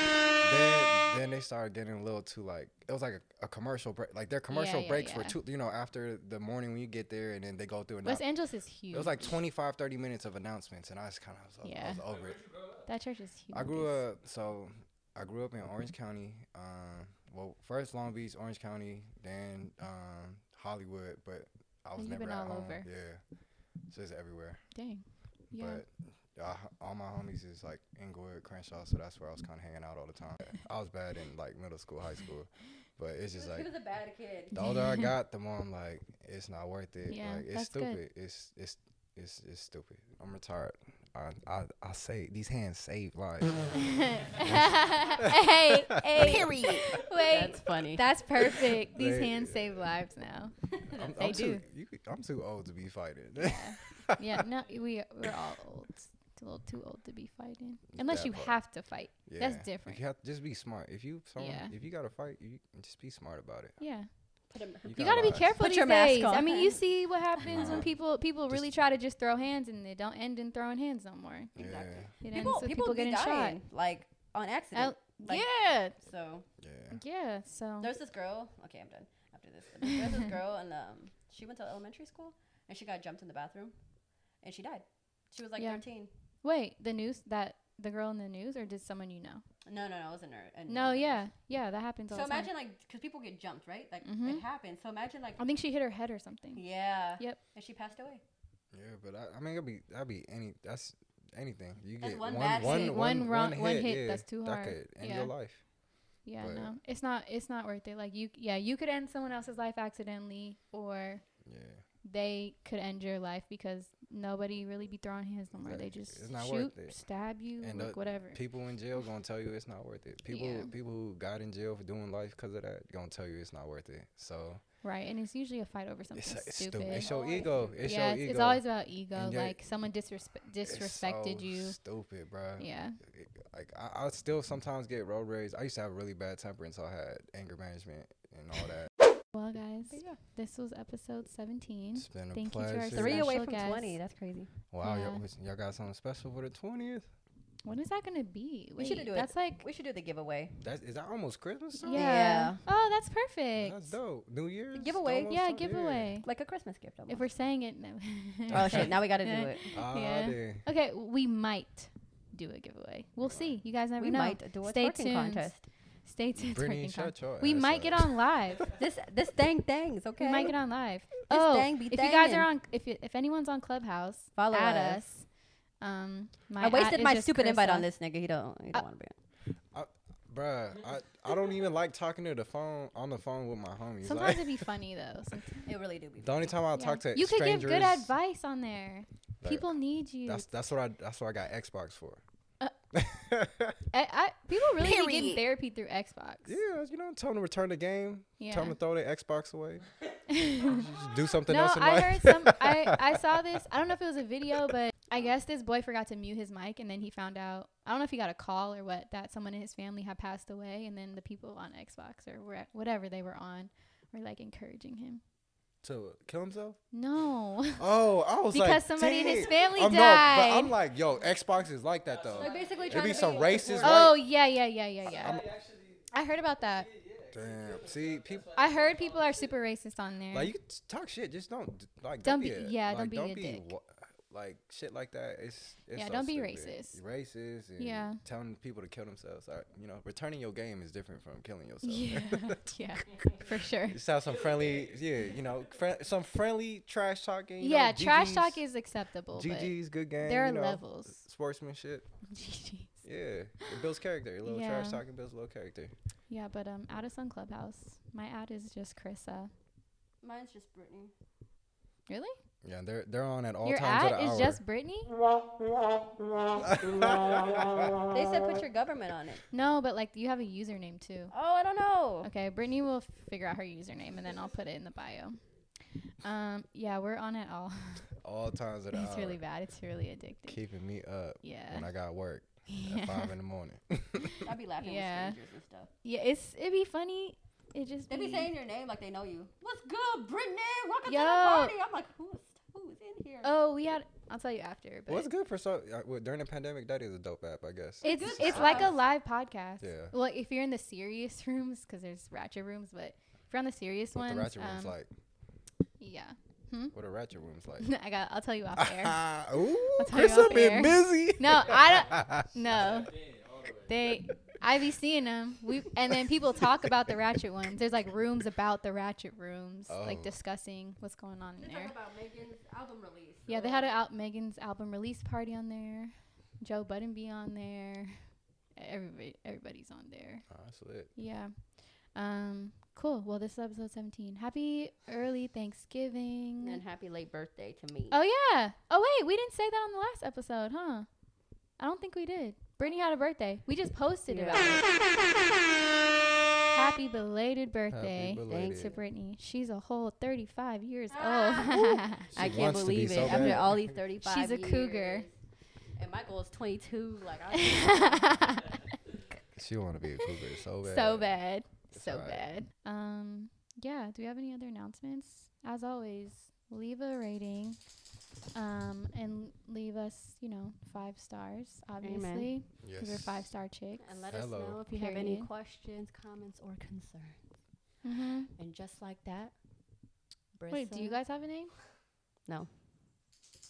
Then, then they started getting a little too like it was like a, a commercial break. Like their commercial
yeah,
breaks were
yeah.
too. You know, after the morning when you get there, and then they go through. And
Los Angeles is huge.
it was like 25, 30 minutes of announcements, and I just kind of was, I was over it.
that church is huge.
I grew up so I grew up in Orange County. Um, well, first Long Beach, Orange County, then um, Hollywood, but I was
You've
never
been
at
all
home.
over.
Yeah, just everywhere.
Dang. Yeah.
But uh, all my homies is like Inglewood, Crenshaw, so that's where I was kind of hanging out all the time. I was bad in like middle school, high school, but it's just like
a bad kid.
the older I got, the more I'm like, it's not worth it.
Yeah,
like it's
that's good.
stupid. It's it's it's it's stupid. I'm retired. I I, I say these hands save lives.
hey, hey.
Period.
Wait.
That's funny.
That's perfect. These
They-
hands save lives now.
I'm,
They
I'm too,
do.
you, I'm too old to be fighting.
Yeah, no, we we're all old. It's a little too old to be fighting. Unless
That
you
part.
have to fight.
Yeah. If
different.
You have to just be smart. If you someone,
Yeah.
if you got to fight, you just be smart about it.
Yeah.
You,
You gotta be
lives.
careful
Put
these
your mask
days. I
on.
mean, you see what happens when
Nah.
people people really try to just throw hands and they don't end in throwing hands no more.
Yeah,
Exactly.
It
People,
ends with
people,
people
get
getting shot.
dying, like on accident. like-
yeah,
So
yeah.
yeah. So
there's this girl. Okay, I'm done after this. but There's this girl, and um, she went to elementary school, and she got jumped in the bathroom, and she died. She was like
Yeah.
13.
wait, the news that the girl in the news, or did someone you know?
No, no, no, it wasn't her.
Mm.
and-
No, yeah, yeah, that happens all
So
the time.
imagine like, because people get jumped, right? Like
Mhm.
it happens. So imagine like,
I think she hit her head or something.
yeah.
Yep.
And she passed away.
Yeah, but I, I mean, it'll be that'd be any that's anything you
That's
get
one
one
bad
one-
hit.
one-
One
one
wrong- one hit,
yeah,
that's too hard.
That could end
Yeah.
your life.
Yeah,
But-
no, it's not. It's not worth it. Like you, yeah, you could end someone else's life accidentally, or
Yeah,
they could end your life because nobody really be throwing hands no more. They
Exactly.
just
It's not
shoot,
worth it.
stab you,
And
like
the
whatever.
people in jail gonna tell you it's not worth it. People
Yeah.
people who got in jail for doing life because of that gonna tell you it's not worth it. So
Right, and it's usually a fight over something
it's, it's
stupid.
stupid. It's your ego. It's
yeah,
your
it's,
ego.
it's always about ego.
And yet-
Like someone disrespe-
It's
disrespected
so
you.
Stupid, bro.
Yeah,
like I, I still sometimes get road rage. I used to have a really bad temper until I had anger management and all that.
Well, guys,
yeah.
this was episode 17.
It's been a
Thank you to our
pleasure.
Three away
Three away
Special
from
from guest. 20,
twenty. That's crazy.
Wow,
Yeah.
y'all, was- y'all got something special for the twentieth?
When is that gonna be?
We should
Wait,
do it.
That's like,
We should do the giveaway.
That's is that almost Christmas?
yeah.
time?
Yeah.
Oh, that's perfect.
That's dope. New Year's
giveaway.
almost
yeah,
time-
giveaway.
Like a Christmas gift.
If we're saying it, no.
oh shit, now we gotta do it.
Ah,
Yeah.
dang.
okay, we might do a giveaway. We'll see. You guys never
We
know.
might do a
Stay
twerking
tuned.
contest.
Stay tuned. to
Brittany,
Working Con-
shut your
We
ass
might
up.
get on live.
This this dang things, okay?
We might get on live. oh,
thing be
if you guys are
thangin'.
on, if you, if anyone's on Clubhouse,
Follow
at us.
us.
Um, my
I
at
wasted
is
my
just Uh,
stupid invite
Carissa.
on this nigga. He don't he don't want to be. on.
Bruh, I, I don't even like talking to the phone on the phone with my homies.
Sometimes
like,
it'd be funny though. Some-
It really do be.
the only time I will
yeah.
talk to
you could
strangers,
give good advice on there.
Like,
People need you.
That's that's what I that's what I got Xbox for.
Uh,
yeah,
I, I, people really be getting
Period.
therapy through Xbox.
you know, tell them to return the game. Tell
Yeah.
them to throw their Xbox away. Just do something
no,
else in
I
life.
heard some. I, I saw this. I don't know if it was a video, but I guess this boy forgot to mute his mic, and then he found out. I don't know if he got a call or what that someone in his family had passed away, and then the people on Xbox or where- whatever they were on were like encouraging him.
to kill himself.
No,
Oh, I was like,
because somebody in his
"Dang."
family
I'm, no,
died.
but I'm like, yo, Xbox is like that though.
They're basically
There
trying
be
to
some racist.
oh
white-
yeah, yeah, yeah, yeah, yeah. I heard about that.
Damn. See, people.
I heard people are super racist on there.
Like you can t- talk shit, just don't d- like.
Don't
Don't, be,
be-
a-
yeah,
like,
don't be a
be
dick.
wha- like shit like that. It's, it's
Yeah,
so
don't be
stupid.
racist.
You're racist. And
Yeah.
telling people to kill themselves. I, you know, returning your game is different from killing yourself.
Yeah, yeah, for sure.
Just have some friendly, yeah, you know, fri- some friendly trash talking. you
yeah,
know,
trash talk
GG's
is acceptable.
GG's good game.
but there are
you know,
levels.
Sportsmanship.
GG's.
Yeah, it builds character. A little
Yeah.
trash talking builds a little character.
Yeah, but um, out of Sun Clubhouse, my ad is just Krissa.
Mine's just Brittany.
Really?
Yeah, they're they're on at all
Your
times
ad
of the
is
hour.
just Brittany?
They said put your government on it.
No, but like you have a username too.
Oh, I don't know.
Okay, Brittany will figure out her username and then I'll put it in the bio. Um, yeah, we're on it all.
all times of the
it's
hour.
really bad. It's really addictive.
Keeping me up when
yeah.
I got work at
Yeah.
five in the morning.
I'd be laughing
Yeah.
with strangers and stuff.
yeah, it's it'd be funny. It just
They
be,
be saying your name like they know you. What's good, Brittany? Welcome
Yo.
to the party. I'm like, who's who's in here?
Oh, we had I'll tell you after, but
What's good for so uh, well, during the pandemic? That is a dope app, I guess.
It's
Good
it's like a
times.
live podcast.
Yeah.
Well, if you're in the serious rooms, because there's ratchet rooms, but if you're on the serious
what
ones,
the ratchet room's
um,
like?
yeah.
What a ratchet room's like?
I got. I'll tell you off air.
Ooh,
I'll tell you
Chris, I've
off air.
been busy.
No, I
don't.
No, they. I be seeing them. We and then people talk about the ratchet ones. There's like rooms about the ratchet rooms, like
Oh.
discussing what's going on in
They
there.
talk about Megan's album release.
Yeah, they
or-
had a out Megan's album release party on there. Joe Buddenby on there. Everybody, everybody's on there.
that's lit.
Yeah. Um, cool. Well, this is episode 17. Happy early Thanksgiving.
And happy late birthday to me.
oh, yeah. Oh, wait. We didn't say that on the last episode, huh? I don't think we did. Brittany had a birthday. We just posted
Yeah.
about it. Happy belated birthday
Happy belated.
to Brittany. She's a whole 35 years old.
Ah.
She wants to be so bad.
these 35
She's a cougar.
And my goal is 22. Like,
She want to be a cougar
so
so bad.
bad.
It's
So
alright.
bad. Um, yeah. Do we have any other announcements? As always, leave a rating, um, and leave us, you know, five stars, obviously,
Yes.
because we're five star chicks.
And let us
Hello.
know if you have any
Period.
questions, comments, or concerns.
Mhm.
And just like that,
Wait, do you
Brissa-
guys have a name?
No.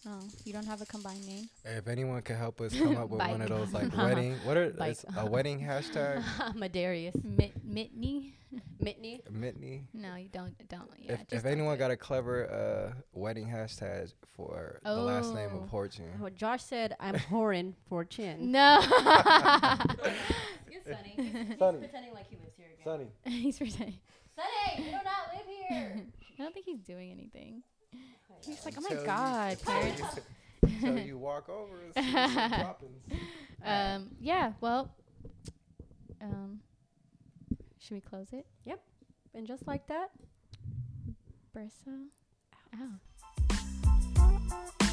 Oh, you don't have a combined name.
If anyone could help us come up with one of those like
Bike.
Uh-huh.
wedding, what are
Bike.
it's a wedding hashtag?
Madarius.
Mit- Mitney?
Mitney.
Mitney.
No, you don't. Don't. Yeah.
if if anyone got a clever uh, wedding hashtag for the last name
Oh.
of Fortune,
Well, Josh said, I'm whoring for chin.
no.
He's funny. He's, he's
Sunny.
pretending like he lives here again.
Sonny.
He's pretending.
Sunny, you do not live here.
I don't think he's doing anything. He's like, oh
I'm
my
telling you.
god, parents.
So you walk over and see what's poppin'.
Um, yeah, well, um, should we close it?
And just like that,
Brissa? Out.
Period.